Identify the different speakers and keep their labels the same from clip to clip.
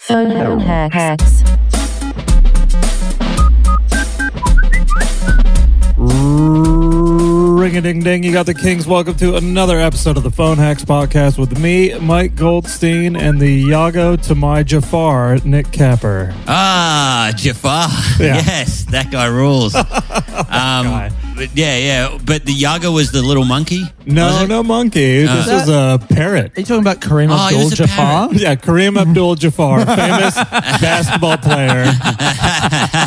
Speaker 1: Phone hack- hacks.
Speaker 2: Ring a ding ding, you got the Kings. Welcome to another episode of the Phone Hacks Podcast with me, Mike Goldstein, and the Yago to my Jafar, Nick Capper.
Speaker 3: Ah, Jafar.
Speaker 2: Yeah.
Speaker 3: Yes, that guy rules. um, But yeah, yeah. But the Yaga was the little monkey.
Speaker 4: Mm.
Speaker 2: No, no monkey. this
Speaker 4: Uh.
Speaker 2: is a parrot.
Speaker 4: Are you talking about Kareem
Speaker 3: Oh, he was a
Speaker 4: Abdul-Jabbar?
Speaker 2: Yeah, Kareem Abdul Jafar, famous basketball player.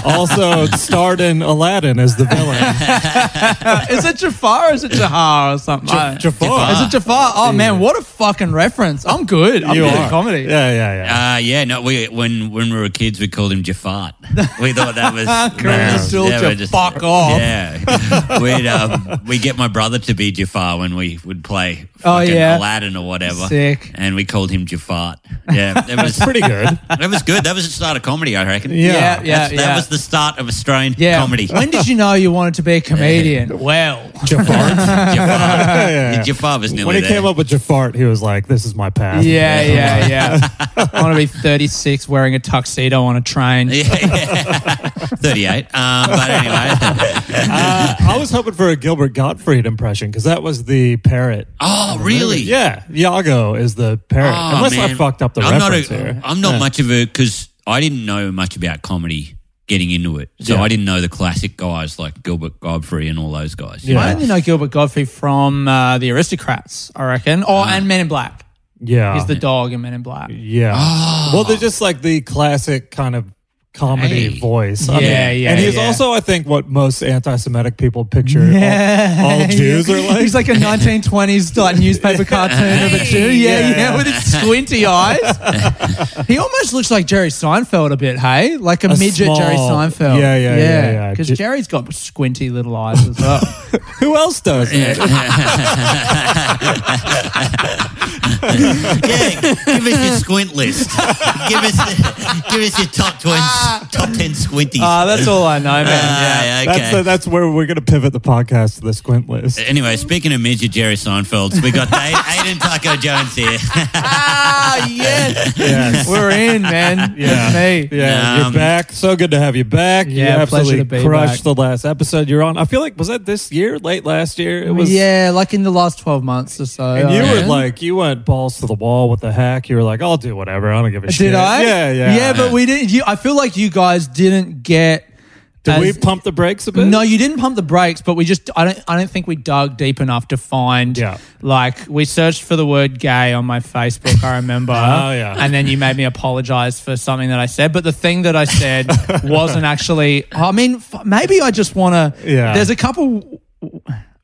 Speaker 2: Also starred in Aladdin as the villain.
Speaker 4: is it Jafar or is it Jahar or something? I-
Speaker 2: Jafar.
Speaker 4: Is it Jafar? Oh man, what a fucking reference! I'm good. I'm
Speaker 2: You
Speaker 4: good
Speaker 2: are.
Speaker 4: at comedy.
Speaker 2: Yeah, yeah, yeah.
Speaker 3: Uh, yeah. No, we when when we were kids, we called him Jafar. We thought that was
Speaker 4: Kareem Abdul
Speaker 3: yeah, we're just-
Speaker 4: Jafar off.
Speaker 3: Yeah, we'd um, we get my brother to be Jafar when we would play.
Speaker 4: Oh,
Speaker 3: fucking
Speaker 4: yeah.
Speaker 3: Aladdin or whatever.
Speaker 4: Sick.
Speaker 3: And we called him Jafar. Yeah, it was
Speaker 2: Pretty good.
Speaker 3: That was good. That was the start of comedy, I reckon.
Speaker 2: Yeah.
Speaker 4: yeah, yeah.
Speaker 3: That's-
Speaker 4: yeah.
Speaker 3: That was the start of Australian
Speaker 4: yeah.
Speaker 3: comedy.
Speaker 4: When did you know you wanted to be a comedian? well,
Speaker 2: Jafar.
Speaker 3: Jafar.
Speaker 2: Yeah, yeah, yeah.
Speaker 3: Jafar was nearly
Speaker 2: When he
Speaker 3: there.
Speaker 2: came up with Jafar, he was like, this is my path.
Speaker 4: yeah, yeah, yeah. I want to be 36, wearing a tuxedo on a train.
Speaker 3: Yeah, yeah. 38. Um, but anyway.
Speaker 2: Uh, I was hoping for a Gilbert Gottfried impression because that was the parrot.
Speaker 3: oh, really?
Speaker 2: Yeah, Iago is the parrot.
Speaker 3: Oh,
Speaker 2: Unless I
Speaker 3: man.
Speaker 2: fucked up the
Speaker 3: I'm
Speaker 2: reference
Speaker 3: not a,
Speaker 2: here.
Speaker 3: I'm not much of a, because I didn't know much about comedy getting into it. So
Speaker 2: Yeah.
Speaker 3: I didn't know the classic guys like Gilbert Godfrey and all those guys.
Speaker 2: Yeah.
Speaker 4: I only know Gilbert Godfrey from uh, The Aristocrats, I reckon, or
Speaker 3: Ah.
Speaker 4: and Men in Black.
Speaker 2: yeah.
Speaker 3: Oh,
Speaker 4: He's the Oh. dog in Men in Black.
Speaker 2: yeah. Well, they're just like the classic kind of comedy
Speaker 3: Hey.
Speaker 2: voice. I
Speaker 4: Yeah, yeah,
Speaker 2: And he's
Speaker 4: yeah.
Speaker 2: also, I think, what most anti-Semitic people picture. All, all Jews are like.
Speaker 4: He's like a 1920s like newspaper cartoon of a Jew. Yeah, yeah, with his squinty eyes. he almost looks like Jerry Seinfeld a bit, hey? Like
Speaker 2: A
Speaker 4: a, midget Jerry
Speaker 2: small-
Speaker 4: Seinfeld.
Speaker 2: Yeah, yeah, yeah, yeah.
Speaker 4: Because
Speaker 2: Ju-
Speaker 4: Jerry's got squinty little eyes as well.
Speaker 2: who else does it?
Speaker 3: Yeah, give us your squint list. give us give us your top twenty, top ten squinties.
Speaker 4: Ah, that's all I know, man. yeah.
Speaker 3: Ah, okay.
Speaker 2: That's, the, that's where we're going to pivot the podcast to the squint list.
Speaker 4: Eh,
Speaker 3: Anyway, speaking of midget Jerry Seinfelds, we got Dave, Aiden Taco Jones here.
Speaker 4: Ah, yes.
Speaker 2: Yes.
Speaker 4: We're in, man.
Speaker 2: Yeah.
Speaker 4: That's me.
Speaker 2: Yeah,
Speaker 3: Um,
Speaker 2: you're back. So good to have you back. you
Speaker 4: Yeah, pleasure
Speaker 2: absolutely
Speaker 4: to be
Speaker 2: crushed the
Speaker 4: back.
Speaker 2: last episode you're on. I feel like was that this year, late last year? It was.
Speaker 4: yeah, like in the last 12 months or so.
Speaker 2: And you
Speaker 4: I
Speaker 2: were
Speaker 4: reckon.
Speaker 2: like, you went balls to the wall with the hack. You were like, I'll do whatever. I don't give a shit.
Speaker 4: Did I?
Speaker 2: Yeah, yeah.
Speaker 4: Yeah, but we didn't. You, I feel like you guys didn't get.
Speaker 2: did we
Speaker 4: as-
Speaker 2: pump the brakes a bit?
Speaker 4: No, you didn't pump the brakes, but we just I don't I don't think we dug deep enough to find
Speaker 2: Yeah.
Speaker 4: like we searched for the word gay on my Facebook, I remember.
Speaker 2: Oh, yeah.
Speaker 4: And then you made me apologize for something that I said, but the thing that I said wasn't actually I mean f- maybe I just want to
Speaker 2: Yeah.
Speaker 4: There's a couple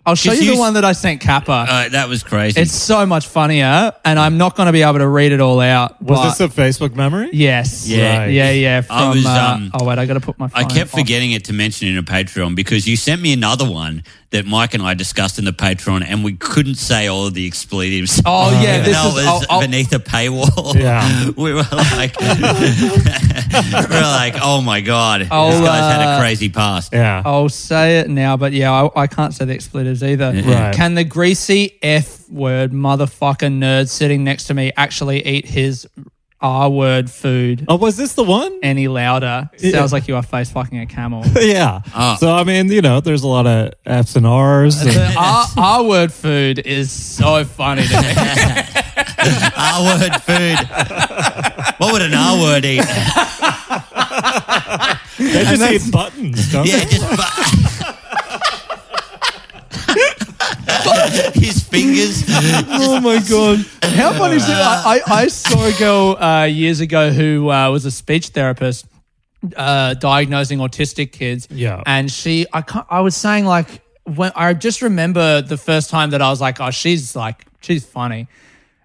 Speaker 4: I'll show
Speaker 3: Just
Speaker 4: you the
Speaker 3: use-
Speaker 4: one that I sent Kappa.
Speaker 3: Uh, that was crazy.
Speaker 4: it's so much funnier and I'm not going to be able to read it all out.
Speaker 2: Was
Speaker 4: but-
Speaker 2: this a Facebook memory?
Speaker 4: Yes.
Speaker 3: Yeah.
Speaker 2: Right.
Speaker 4: Yeah, yeah. From,
Speaker 3: I was,
Speaker 4: uh,
Speaker 3: um,
Speaker 4: oh wait, I got to put my. Phone
Speaker 3: I kept
Speaker 4: off.
Speaker 3: forgetting it to mention in a Patreon because you sent me another one that Mike and I discussed in the Patreon, and we couldn't say all of the expletives.
Speaker 4: Oh, yeah,
Speaker 3: even
Speaker 4: this
Speaker 3: though
Speaker 4: is-
Speaker 3: it was
Speaker 4: I'll- I'll-
Speaker 3: beneath a paywall.
Speaker 2: Yeah.
Speaker 3: we were like, we were like, oh my god, this
Speaker 4: I'll,
Speaker 3: guy's had
Speaker 4: uh,
Speaker 3: a crazy past.
Speaker 2: Yeah.
Speaker 4: I'll say it now, but yeah, I, I can't say the expletives either.
Speaker 2: Right.
Speaker 4: Can the greasy F word motherfucker nerd sitting next to me actually eat his R word food
Speaker 2: Oh, was this the one?
Speaker 4: any louder? Sounds like you are face fucking a camel.
Speaker 2: yeah.
Speaker 3: Ah.
Speaker 2: so I mean, you know, there's a lot of F's and R's. and-
Speaker 4: The R, R word food is so funny to me.
Speaker 3: R word food. what would an R word eat?
Speaker 2: they just eat buttons, don't
Speaker 3: Yeah,
Speaker 2: they?
Speaker 3: just. Bu- His fingers.
Speaker 4: Oh my god! How funny is it? I, I, I saw a girl uh, years ago who uh, was a speech therapist uh, diagnosing autistic kids.
Speaker 2: Yeah.
Speaker 4: and she, I can't, I was saying like when I just remember the first time that I was like, oh, she's like she's funny.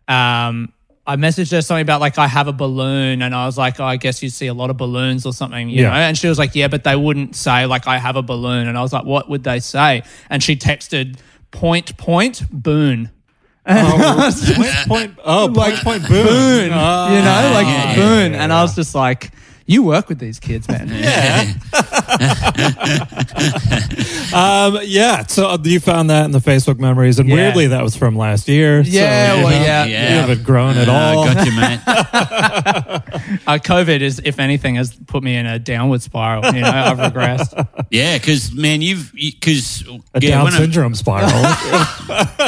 Speaker 4: Um, I messaged her something about like I have a balloon, and I was like, oh, I guess you see a lot of balloons or something, you
Speaker 2: Yeah.
Speaker 4: know. And she was like, yeah, but they wouldn't say like I have a balloon, and I was like, what would they say? And she texted point point boon.
Speaker 2: Oh. Point, point, oh, like, point, boom. Ah. Boom.
Speaker 4: you know, like
Speaker 3: yeah,
Speaker 4: Boone. and I was just like, you work with these kids, man.
Speaker 3: Yeah.
Speaker 2: Um, yeah, so you found that in the Facebook memories, and
Speaker 4: Yeah.
Speaker 2: weirdly, that was from last year.
Speaker 4: Yeah,
Speaker 2: so, you
Speaker 4: well,
Speaker 2: know,
Speaker 4: yeah,
Speaker 2: you
Speaker 3: yeah.
Speaker 2: haven't grown at
Speaker 3: Uh,
Speaker 2: all.
Speaker 3: Got you, mate.
Speaker 4: Uh, COVID is, if anything, has put me in a downward spiral. You know, I've regressed.
Speaker 3: yeah, because man, you've because
Speaker 2: A
Speaker 3: yeah,
Speaker 2: Down
Speaker 3: when I-
Speaker 2: syndrome spiral.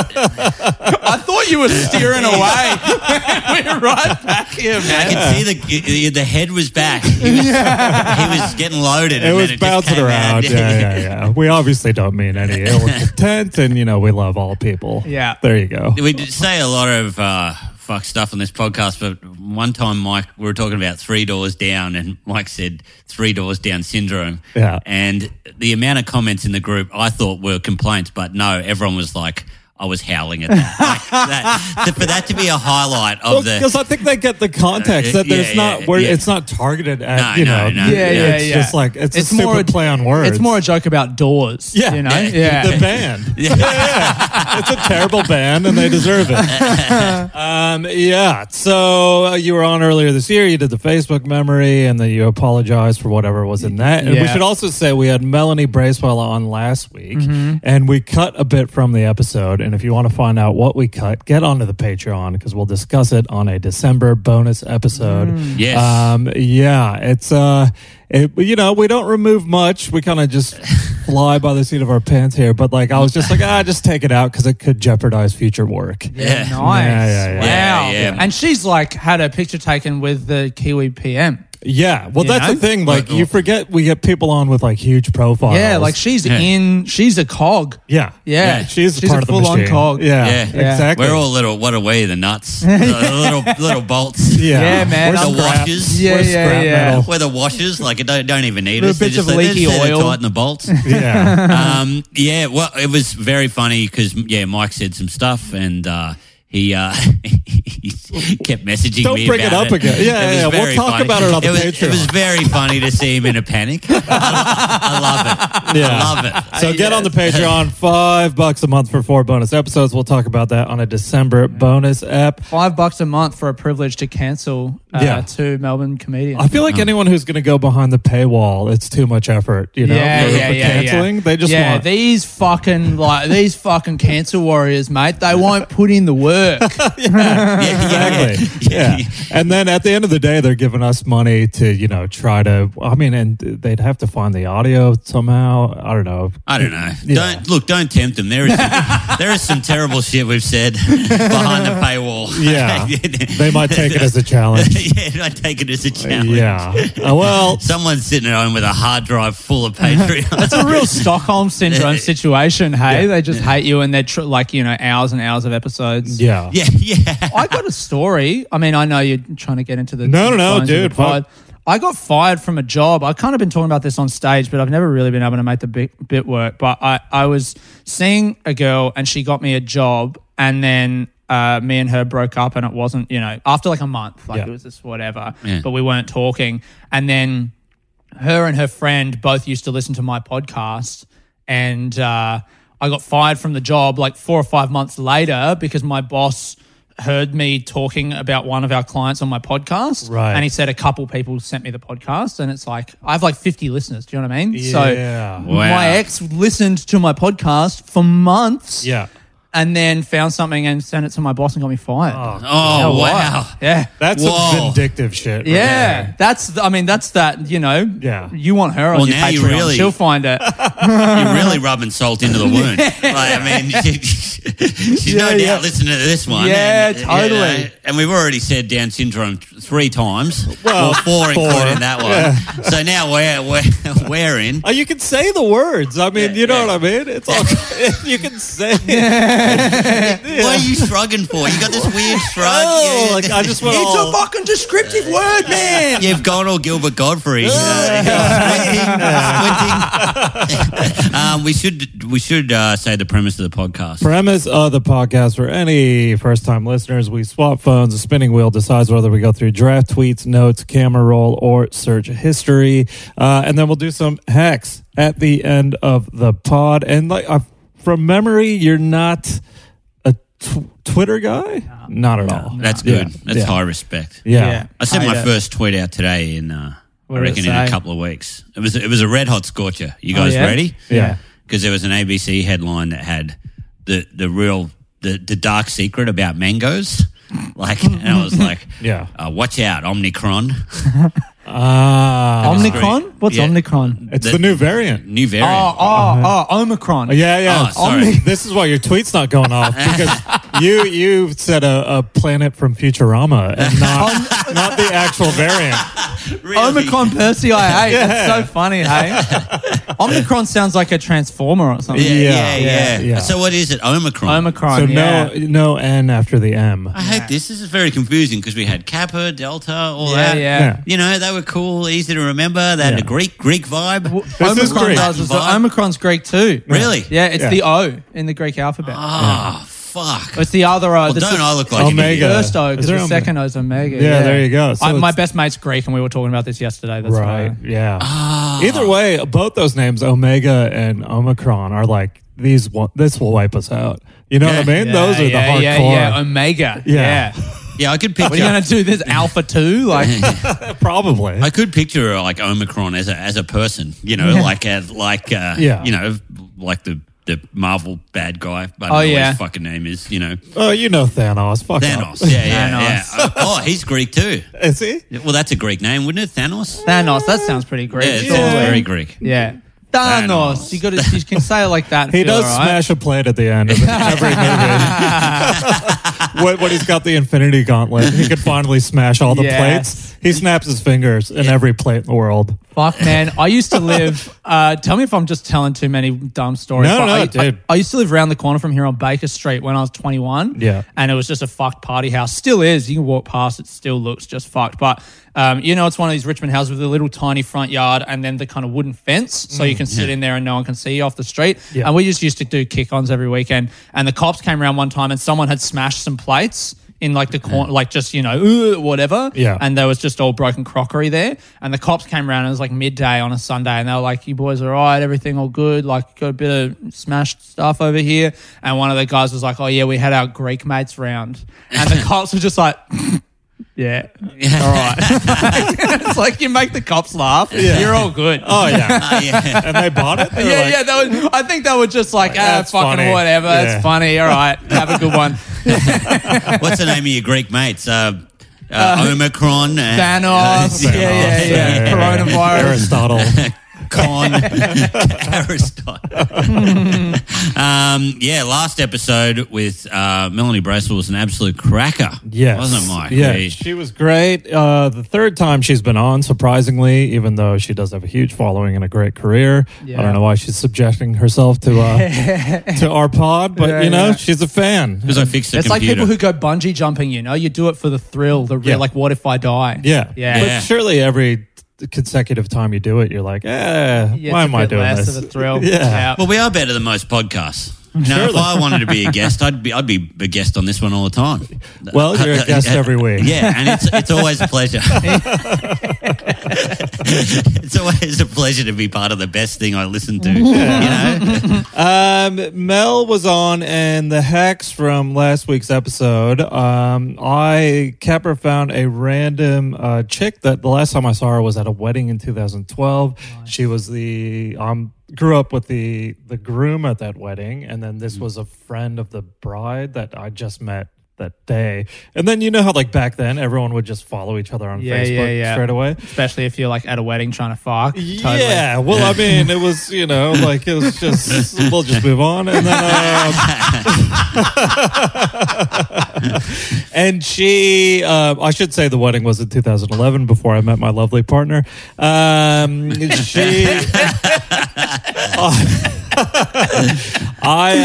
Speaker 4: I thought you were steering away. We're right back here,
Speaker 3: I
Speaker 4: man.
Speaker 3: could see the the head was back. He was, he was getting loaded.
Speaker 2: it
Speaker 3: and
Speaker 2: was
Speaker 3: then it just
Speaker 2: bouncing
Speaker 3: came
Speaker 2: around.
Speaker 3: out.
Speaker 2: Yeah, yeah, yeah. We obviously don't mean any ill intent, and you know we love all people.
Speaker 4: Yeah.
Speaker 2: there you go.
Speaker 3: We did say a lot of uh, fuck stuff on this podcast, but one time, Mike, we were talking about three doors down, and Mike said three doors down syndrome.
Speaker 2: Yeah.
Speaker 3: And the amount of comments in the group I thought were complaints, but no, everyone was like, I was howling at that. Like, that to- for that to be a highlight of
Speaker 2: Because
Speaker 3: the.
Speaker 2: I think they get the context
Speaker 3: Uh,
Speaker 2: that there's
Speaker 3: yeah,
Speaker 2: not
Speaker 3: yeah,
Speaker 2: where
Speaker 3: yeah.
Speaker 2: it's not targeted at
Speaker 3: No,
Speaker 2: you
Speaker 3: no,
Speaker 2: know.
Speaker 3: no. Yeah,
Speaker 4: yeah,
Speaker 2: It's
Speaker 4: yeah.
Speaker 2: just like it's, a stupid
Speaker 4: a-
Speaker 2: play on words.
Speaker 4: It's more a joke about doors.
Speaker 2: yeah,
Speaker 4: you know. Yeah.
Speaker 2: the band. Yeah, yeah. it's a terrible band, and they deserve it. um, yeah. So uh, you were on earlier this year. You did the Facebook memory, and then you apologized for whatever was in that. And we
Speaker 4: Yeah.
Speaker 2: should also say we had Melanie Bracewell on last week,
Speaker 4: Mm-hmm.
Speaker 2: and we cut a bit from the episode. And if you want to find out what we cut, get onto the Patreon because we'll discuss it on a December bonus episode.
Speaker 4: Mm.
Speaker 3: Yes.
Speaker 2: Um, yeah, it's uh, it, you know, we don't remove much. We kind of just fly by the seat of our pants here. But like, I was just like, ah, just take it out because it could jeopardize future work.
Speaker 4: Yeah,
Speaker 3: Yeah.
Speaker 4: Nice.
Speaker 2: Yeah, yeah,
Speaker 3: yeah.
Speaker 4: Wow.
Speaker 3: Yeah, yeah.
Speaker 4: And she's like had her picture taken with the Kiwi PM.
Speaker 2: Yeah, well,
Speaker 4: You
Speaker 2: that's
Speaker 4: know?
Speaker 2: the thing. Like,
Speaker 3: Well,
Speaker 2: you forget we get people on with like huge profiles.
Speaker 4: Yeah, like she's
Speaker 3: Yeah.
Speaker 4: in. She's a cog.
Speaker 2: yeah,
Speaker 4: Yeah.
Speaker 2: she's,
Speaker 4: She's
Speaker 2: part
Speaker 4: a
Speaker 2: of the
Speaker 4: full-on
Speaker 2: machine.
Speaker 4: cog.
Speaker 2: Yeah,
Speaker 3: Yeah. Yeah.
Speaker 2: exactly.
Speaker 3: We're all little, what are we, the nuts? the little, little bolts.
Speaker 2: yeah,
Speaker 4: Yeah, man,
Speaker 2: We're
Speaker 4: I'm-
Speaker 3: The
Speaker 2: scrap.
Speaker 3: washers.
Speaker 4: Yeah,
Speaker 2: We're
Speaker 4: yeah,
Speaker 2: scrap
Speaker 4: yeah.
Speaker 2: metal.
Speaker 3: Where the washers, like, it don't, don't even need
Speaker 4: Little
Speaker 3: us. They're
Speaker 4: bits of
Speaker 3: just like, they're
Speaker 4: leaky
Speaker 3: just there to
Speaker 4: oil.
Speaker 3: Tighten the bolts.
Speaker 2: Yeah.
Speaker 3: um, yeah, well, it was very funny because yeah, Mike said some stuff and. Uh, he, uh, he kept messaging
Speaker 2: Don't
Speaker 3: me
Speaker 2: bring it
Speaker 3: about
Speaker 2: up again. Yeah,
Speaker 3: It
Speaker 2: yeah,
Speaker 3: was
Speaker 2: yeah. We'll
Speaker 3: very
Speaker 2: talk
Speaker 3: funny.
Speaker 2: about it on the
Speaker 3: was, It
Speaker 2: Patreon.
Speaker 3: was very funny to see him in a panic. I, I love it.
Speaker 2: Yeah.
Speaker 3: I love it.
Speaker 2: So get on the Patreon, five bucks a month for four bonus episodes. We'll talk about that on a December bonus app.
Speaker 4: Five bucks a month for a privilege to cancel uh,
Speaker 2: Yeah.
Speaker 4: two Melbourne comedians.
Speaker 2: I feel like anyone who's going to go behind the paywall, it's too much effort, you know, for, for canceling. They just
Speaker 4: yeah,
Speaker 2: want.
Speaker 4: these fucking like these fucking cancer warriors, mate. They won't put in the work.
Speaker 3: Yeah, yeah,
Speaker 2: Exactly. Yeah. And then at the end of the day, they're giving us money to, you know, try to. I mean, and they'd have to find the audio somehow. I don't know.
Speaker 3: I don't know.
Speaker 2: Yeah.
Speaker 3: Don't look. Don't tempt them. There is some, there is some terrible shit we've said behind the paywall.
Speaker 2: Yeah. they might take it as a challenge.
Speaker 3: yeah, I take it as a challenge.
Speaker 2: yeah. Uh, well,
Speaker 3: Someone's sitting at home with a hard drive full of Patreon.
Speaker 4: It's a real Stockholm syndrome situation. Hey, they just hate you, and they're tr- like you know hours and hours of episodes.
Speaker 2: yeah.
Speaker 3: yeah, yeah.
Speaker 4: I got a story. I mean, I know you're trying to get into the
Speaker 2: No, no, no,
Speaker 4: bones of the
Speaker 2: dude,
Speaker 4: pod. I got fired from a job. I've kind of been talking about this on stage, but I've never really been able to make the bit, bit work. But I, I was seeing a girl and she got me a job, and then uh, me and her broke up, and it wasn't, you know, after like a month, like
Speaker 2: Yeah.
Speaker 4: it was just whatever,
Speaker 3: Yeah.
Speaker 4: but we weren't talking. And then her and her friend both used to listen to my podcast and uh, i got fired from the job like four or five months later because my boss heard me talking about one of our clients on my podcast
Speaker 2: Right.
Speaker 4: and he said a couple people sent me the podcast and it's like i have like 50 listeners do you know what i mean
Speaker 2: Yeah.
Speaker 4: so my ex listened to my podcast for months
Speaker 2: Yeah.
Speaker 4: and then found something and sent it to my boss and got me fired
Speaker 3: Oh,
Speaker 4: Hell,
Speaker 3: wow.
Speaker 4: yeah
Speaker 2: That's some
Speaker 3: Whoa.
Speaker 2: vindictive shit. right
Speaker 4: yeah,
Speaker 2: there.
Speaker 4: that's. th- I mean, that's that. You know.
Speaker 2: Yeah.
Speaker 4: You want her on
Speaker 3: Well,
Speaker 4: your
Speaker 3: now you
Speaker 4: Patreon?
Speaker 3: really-
Speaker 4: She'll find it.
Speaker 3: You're really rubbing salt into the wound. Like, I mean, she, she's no
Speaker 2: Yeah,
Speaker 3: doubt
Speaker 2: yeah.
Speaker 3: listening to this one.
Speaker 4: Yeah,
Speaker 3: and, you
Speaker 4: totally.
Speaker 3: know, and we've already said Down syndrome th- three times.
Speaker 2: Well,
Speaker 3: Well, four,
Speaker 2: four.
Speaker 3: including that one. So now we're, we're, we're in.
Speaker 2: Uh, you can say the words. I mean,
Speaker 3: Yeah,
Speaker 2: you know
Speaker 3: yeah.
Speaker 2: what I mean? It's all you can say. it.
Speaker 3: What are you shrugging for? You got this weird shrug.
Speaker 2: Oh,
Speaker 3: Yeah.
Speaker 2: like I just oh. want
Speaker 4: It's a
Speaker 2: all.
Speaker 4: fucking descriptive word, man.
Speaker 3: You've gone all Gilbert Godfrey. you know, squinting, squinting. um, we should we should uh, say the premise of the podcast.
Speaker 2: Premise of the podcast for any first time listeners we swap phones. A spinning wheel decides whether we go through draft tweets, notes, camera roll, or search history. Uh, and then we'll do some hacks at the end of the pod. And like uh, from memory, you're not a tw- Twitter guy? Not at all.
Speaker 3: That's good.
Speaker 2: Yeah,
Speaker 3: That's
Speaker 2: yeah.
Speaker 3: high respect.
Speaker 2: Yeah.
Speaker 3: I sent my
Speaker 4: Hate it.
Speaker 3: first tweet out today, and uh, I
Speaker 4: What did it
Speaker 3: reckon in a
Speaker 4: say? Oh,
Speaker 3: couple of weeks. It was it was a red hot scorcher. You guys
Speaker 4: yeah?
Speaker 3: ready?
Speaker 2: Yeah.
Speaker 3: Because there was an ABC headline that had the the real the, the dark secret about mangoes. Like, and I was like,
Speaker 2: Yeah.
Speaker 3: uh, watch out, Omnicron,
Speaker 2: Ah.
Speaker 4: Omnicron? What's
Speaker 3: Yeah.
Speaker 4: Omnicron?
Speaker 2: it's
Speaker 3: the-
Speaker 2: the, new variant.
Speaker 3: new variant.
Speaker 4: Oh, oh, oh, Omicron.
Speaker 2: Uh-huh. Yeah, yeah.
Speaker 3: Oh, sorry.
Speaker 4: Omni-
Speaker 2: This is why your tweet's not going off because you you said a, a planet from Futurama and not not the actual variant.
Speaker 3: Really?
Speaker 4: Omicron Percy, I hate. It's so funny, hey? Omicron sounds like a transformer or something.
Speaker 3: Yeah yeah, yeah,
Speaker 2: yeah, yeah.
Speaker 3: So what is it? Omicron.
Speaker 4: Omicron,
Speaker 2: So
Speaker 4: yeah.
Speaker 2: no no N after the M.
Speaker 3: I hate this. This is very confusing because we had Kappa, Delta, all
Speaker 4: Yeah,
Speaker 3: that.
Speaker 4: yeah.
Speaker 2: Yeah.
Speaker 3: You know, they were cool, easy to remember. They had
Speaker 2: Yeah.
Speaker 3: a Greek Greek vibe.
Speaker 4: Well,
Speaker 2: This is
Speaker 4: Omicron
Speaker 2: Greek.
Speaker 4: does is
Speaker 3: Vibe.
Speaker 4: that Omicron's Greek too.
Speaker 3: Really?
Speaker 4: Yeah, it's
Speaker 2: Yeah.
Speaker 4: the O in the Greek alphabet.
Speaker 3: Ah, fuck.
Speaker 4: It's the other O.
Speaker 3: Well,
Speaker 4: the
Speaker 3: don't
Speaker 4: s-
Speaker 3: I look like an
Speaker 2: Omega.
Speaker 3: idiot?
Speaker 4: First O,
Speaker 2: Is
Speaker 4: because
Speaker 2: there
Speaker 4: the
Speaker 2: Omega?
Speaker 4: second O is Omega.
Speaker 2: Yeah, there you go. So
Speaker 4: I, my
Speaker 2: it's-
Speaker 4: best mate's Greek, and we were talking about this yesterday. That's
Speaker 2: Right.
Speaker 4: why.
Speaker 2: Yeah. Either way, both those names, Omega and Omicron, are like these. One, this will wipe us out. You know what I mean?
Speaker 4: Yeah,
Speaker 2: those are
Speaker 4: yeah,
Speaker 2: the hardcore.
Speaker 4: Yeah, yeah, Omega.
Speaker 2: Yeah.
Speaker 4: Yeah.
Speaker 3: Yeah, I could
Speaker 4: What are you
Speaker 3: picture.
Speaker 4: going to do? This Alpha 2? Like,
Speaker 2: Probably.
Speaker 3: I could picture like Omicron as a as a person. You know, like a, like uh,
Speaker 2: Yeah.
Speaker 3: You know, like the the Marvel bad guy. But I don't
Speaker 4: Oh,
Speaker 3: know what
Speaker 4: yeah.
Speaker 3: his fucking name is. You know,
Speaker 2: oh, you know Thanos. Fuck
Speaker 3: Thanos.
Speaker 2: Up.
Speaker 3: Yeah, yeah,
Speaker 4: Thanos.
Speaker 3: yeah. Oh, he's Greek too.
Speaker 2: Is he?
Speaker 3: Well, that's a Greek name, wouldn't it? Thanos.
Speaker 4: Thanos. That sounds pretty Greek.
Speaker 3: Yeah, it sounds
Speaker 2: Yeah.
Speaker 3: very Greek.
Speaker 4: Yeah.
Speaker 3: Thanos.
Speaker 4: Thanos. You got to. You can say it like that. and
Speaker 2: He
Speaker 4: feel
Speaker 2: does
Speaker 4: all right.
Speaker 2: smash a plate at the end of every movie. when, when he's got the Infinity Gauntlet, he could finally smash all the
Speaker 4: Yes.
Speaker 2: plates. He snaps his fingers in every plate in the world.
Speaker 4: Fuck, man. I used to live. Uh, tell me if I'm just telling too many dumb stories.
Speaker 2: No,
Speaker 4: but
Speaker 2: no,
Speaker 4: I,
Speaker 2: dude.
Speaker 4: I, I used to live around the corner from here on Baker Street when I was 21.
Speaker 2: Yeah.
Speaker 4: And it was just a fucked party house. Still is. You can walk past it, still looks just fucked. But, um, you know, it's one of these Richmond houses with a little tiny front yard and then the kind of wooden fence. So you can sit in there and no one can see you off the street.
Speaker 2: Mm, Yeah.
Speaker 4: And we just used to do kick ons every weekend. And the cops came around one time and someone had smashed some plates. In like the corner, like just you know, "Ooh," whatever,
Speaker 2: Yeah.
Speaker 4: and there was just all broken crockery there. And the cops came around. And it was like midday on a Sunday, and they were like, "You boys all right? Everything all good? Like got a bit of smashed stuff over here." And one of the guys was like, "Oh yeah, we had our Greek mates round," and the cops were just like. Yeah. All right. it's like you make the cops laugh. You're all good.
Speaker 2: Oh yeah,
Speaker 3: Ah, yeah.
Speaker 2: and they bought it. They were
Speaker 4: yeah,
Speaker 2: like,
Speaker 4: yeah. That was, I think they were just like, ah,
Speaker 2: that's
Speaker 4: fucking
Speaker 2: funny.
Speaker 4: whatever.
Speaker 2: Yeah.
Speaker 4: It's funny. All right. Have a good one.
Speaker 3: What's the name of your Greek mates? Uh, uh, Omicron, and,
Speaker 4: Thanos.
Speaker 3: uh,
Speaker 4: Yeah, yeah,
Speaker 3: Thanos.
Speaker 4: yeah. Coronavirus.
Speaker 2: Aristotle.
Speaker 3: Con Aristotle. um, yeah, last episode with uh, Melanie Bracewell was an absolute cracker.
Speaker 2: Yes.
Speaker 3: Wasn't it, Mike?
Speaker 2: Yeah.
Speaker 3: We-
Speaker 2: She was great. Uh, the third time she's been on, surprisingly, even though she does have a huge following and a great career. I
Speaker 4: Yeah.
Speaker 2: don't know why she's subjecting herself to uh, to our pod, but
Speaker 4: Yeah,
Speaker 2: you know,
Speaker 4: yeah.
Speaker 2: she's a fan.
Speaker 3: Because I fixed the
Speaker 4: It's like
Speaker 3: computer.
Speaker 4: people who go bungee jumping, you know? You do it for the thrill, the real,
Speaker 2: Yeah.
Speaker 4: like, what if I die?
Speaker 2: Yeah.
Speaker 4: Yeah.
Speaker 2: But surely every consecutive time you do it, you're like, eh,
Speaker 4: Yeah, it's
Speaker 2: why
Speaker 4: a
Speaker 2: am I
Speaker 4: bit
Speaker 2: doing
Speaker 4: less
Speaker 2: this?
Speaker 4: Of a thrill.
Speaker 2: Yeah.
Speaker 3: well, we are better than most podcasts. Now, if I wanted to be a guest, I'd be I'd be a guest on this one all the time.
Speaker 2: Well, you're a guest every week.
Speaker 3: Yeah, and it's it's always a pleasure. it's always a pleasure to be part of the best thing I listen to. You know,
Speaker 2: Um, Mel was on, and the hacks from last week's episode. Um, I Capper found a random uh, chick that the last time I saw her was at a wedding in 2012. She was the um grew up with the the groom at that wedding, and then
Speaker 4: Mm.
Speaker 2: this was a friend of the bride that I just met that day. And then you know how like back then everyone would just follow each other on
Speaker 4: Yeah,
Speaker 2: Facebook
Speaker 4: yeah, yeah.
Speaker 2: straight away.
Speaker 4: Especially if you're like at a wedding trying to fuck. Totally.
Speaker 2: Yeah, well, I mean, it was you know, like it was just we'll just move on, and then, um, and she, uh, I should say, the wedding was in 2011 before I met my lovely partner. Um, she, I, uh,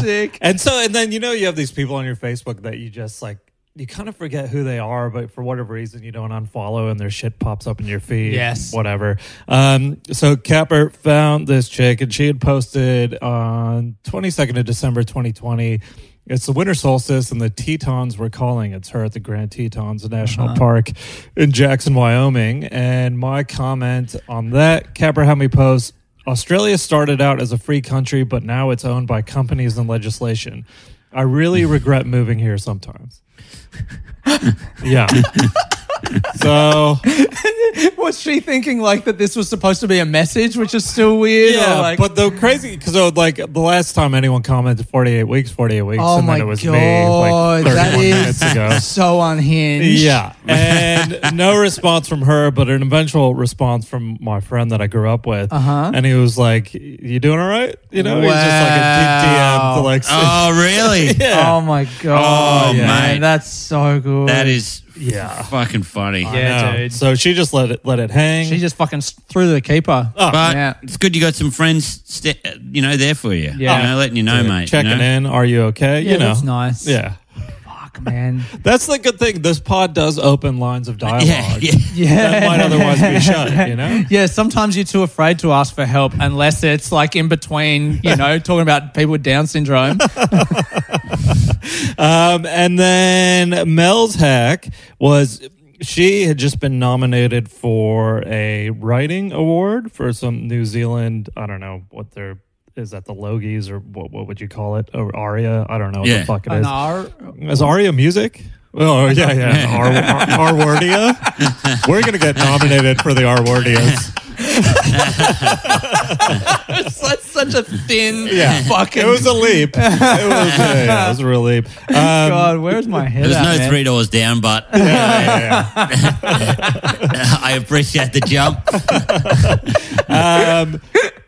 Speaker 4: That's sick.
Speaker 2: and so, and then you know, you have these people on your Facebook that you just like. You kind of forget who they are, but for whatever reason, you don't unfollow, and their shit pops up in your feed.
Speaker 4: Yes.
Speaker 2: whatever. Um, so Capper found this chick, and she had posted on twenty second of December, twenty twenty. It's the winter solstice, and the Tetons were calling. It's her at the Grand Tetons National Park in Jackson, Wyoming. And my comment on that, Capper had me post Australia started out as a free country, but now it's owned by companies and legislation. I really regret moving here sometimes. Yeah. So
Speaker 4: was she thinking like that this was supposed to be a message, which is still weird?
Speaker 2: Yeah,
Speaker 4: or, like,
Speaker 2: but the crazy because like the last time anyone commented, forty eight weeks, forty eight weeks,
Speaker 4: oh
Speaker 2: and
Speaker 4: my
Speaker 2: then it was
Speaker 4: god,
Speaker 2: me like
Speaker 4: that
Speaker 2: thirty one minutes ago.
Speaker 4: is so unhinged.
Speaker 2: Yeah, and no response from her, but an eventual response from my friend that I grew up with, uh-huh. and he was like, "You doing all right?" You know, he was just like a deep DM to
Speaker 4: Wow.
Speaker 2: like,
Speaker 3: Oh, really?
Speaker 2: yeah,
Speaker 4: Oh my god,
Speaker 3: Oh,
Speaker 4: man,
Speaker 3: mate.
Speaker 4: that's so good.
Speaker 3: That is
Speaker 2: Yeah.
Speaker 3: fucking funny.
Speaker 4: Yeah.
Speaker 2: No.
Speaker 4: dude.
Speaker 2: So she just let it let it hang.
Speaker 4: she just fucking s- threw the keeper.
Speaker 2: Oh,
Speaker 3: But
Speaker 4: Yeah.
Speaker 3: it's good you got some friends, st- you know, there for you.
Speaker 4: Yeah.
Speaker 3: You know, letting you know, mate.
Speaker 2: checking
Speaker 3: you know?
Speaker 2: in. Are you okay?
Speaker 4: yeah,
Speaker 2: you know,
Speaker 4: that's nice.
Speaker 2: yeah.
Speaker 4: fuck, man.
Speaker 2: That's the good thing. This pod does open lines of dialogue
Speaker 3: Yeah, yeah.
Speaker 4: Yeah,
Speaker 2: that might otherwise be shut. You know.
Speaker 4: Yeah, sometimes you're too afraid to ask for help unless it's like in between, you know, talking about people with Down syndrome.
Speaker 2: Um, and then Mel's hack was she had just been nominated for a writing award for some New Zealand. I don't know what they're is that the Logies or what what would you call it or Aria? I don't know what
Speaker 3: Yeah.
Speaker 2: the fuck it
Speaker 4: An
Speaker 2: is.
Speaker 4: R-
Speaker 2: Is Aria music? Oh yeah, yeah. R Wardia. We're gonna get nominated for the Arwardias.
Speaker 4: It's like such a thin
Speaker 2: Yeah,
Speaker 4: fucking.
Speaker 2: It was a leap. It was, yeah, yeah, it was a real leap. Um,
Speaker 4: God, where's my head?
Speaker 3: There's
Speaker 4: at,
Speaker 3: no
Speaker 4: man?
Speaker 3: three doors down, but
Speaker 2: yeah, yeah, yeah.
Speaker 3: I appreciate the jump.
Speaker 2: um,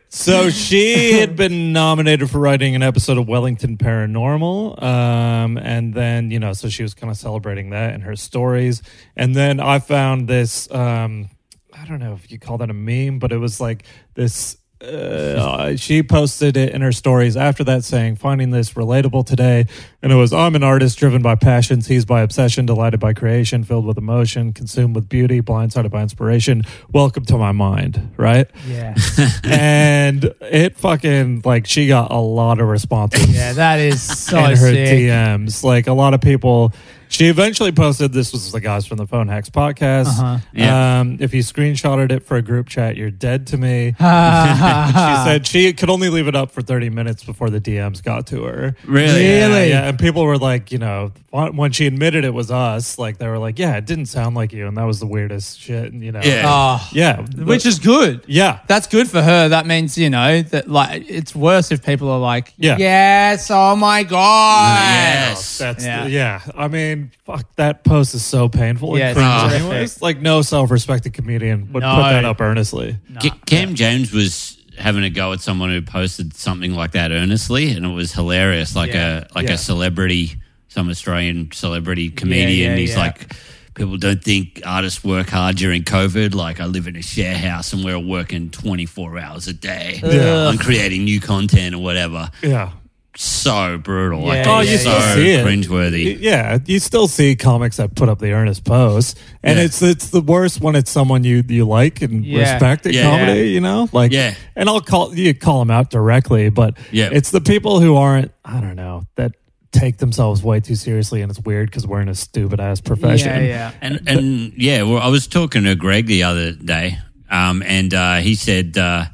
Speaker 2: so she had been nominated for writing an episode of Wellington Paranormal, um, and then you know, so she was kind of celebrating that in her stories. And then I found this. Um, I don't know if you call that a meme, but it was like this. Uh, she posted it in her stories after that, saying, "Finding this relatable today." And it was, "I'm an artist driven by passion, seized by obsession, delighted by creation, filled with emotion, consumed with beauty, blindsided by inspiration. Welcome to my mind." Right?
Speaker 4: Yeah.
Speaker 2: and it fucking like she got a lot of responses
Speaker 4: Yeah, that is so
Speaker 2: in her
Speaker 4: sick.
Speaker 2: DMs. Like a lot of people. She eventually posted this was the guys from the Phone Hacks podcast.
Speaker 4: Uh-huh.
Speaker 3: Yeah.
Speaker 2: Um, if you screenshotted it for a group chat, you're dead to me.
Speaker 4: Ah.
Speaker 2: she said she could only leave it up for 30 minutes before the DMs got to her.
Speaker 3: Really?
Speaker 2: Yeah,
Speaker 4: Really?
Speaker 2: Yeah, and people were like, you know, when she admitted it was us, like they were like, yeah, it didn't sound like you, and that was the weirdest shit. And you know,
Speaker 3: Yeah.
Speaker 4: Oh,
Speaker 2: yeah,
Speaker 4: which is good.
Speaker 2: yeah,
Speaker 4: That's good for her. That means you know that like it's worse if people are like,
Speaker 2: Yeah.
Speaker 4: yes, oh my god,
Speaker 3: Yes.
Speaker 2: That's yeah.
Speaker 4: Yeah.
Speaker 2: yeah. I mean, fuck, that post is so painful.
Speaker 4: Yeah,
Speaker 2: Yeah,
Speaker 4: it's
Speaker 2: cringe
Speaker 4: horrific.
Speaker 2: anyways. Like, no self-respecting comedian would
Speaker 4: No.
Speaker 2: put that up earnestly.
Speaker 4: Ah,
Speaker 3: Ca- Cam James was having a go at someone who posted something like that earnestly, and it was hilarious. Like
Speaker 4: Yeah.
Speaker 3: a like
Speaker 2: Yeah.
Speaker 3: a celebrity, some Australian celebrity comedian.
Speaker 4: yeah,
Speaker 3: He's
Speaker 4: yeah.
Speaker 3: like, people don't think artists work hard during COVID. Like I live in a share house and we're working twenty four hours a day
Speaker 2: Yeah.
Speaker 3: on creating new content or whatever.
Speaker 2: Yeah.
Speaker 3: So brutal. like
Speaker 4: Yeah,
Speaker 3: it
Speaker 4: Oh,
Speaker 3: was
Speaker 4: you
Speaker 3: so
Speaker 4: still
Speaker 2: see it.
Speaker 3: cringeworthy.
Speaker 2: Y- Yeah, you still see comics that put up the earnest posts, and
Speaker 3: Yeah.
Speaker 2: it's it's the worst when it's someone you you like and
Speaker 4: Yeah.
Speaker 2: respect in
Speaker 3: Yeah.
Speaker 2: comedy. You know, like
Speaker 3: Yeah.
Speaker 2: And I'll call you call them out directly, but
Speaker 3: Yeah.
Speaker 2: it's the people who aren't. I don't know that take themselves way too seriously, and it's weird because we're in a stupid ass profession.
Speaker 4: yeah, yeah.
Speaker 3: And and yeah, well, I was talking to Greg the other day, um, and uh, he said uh,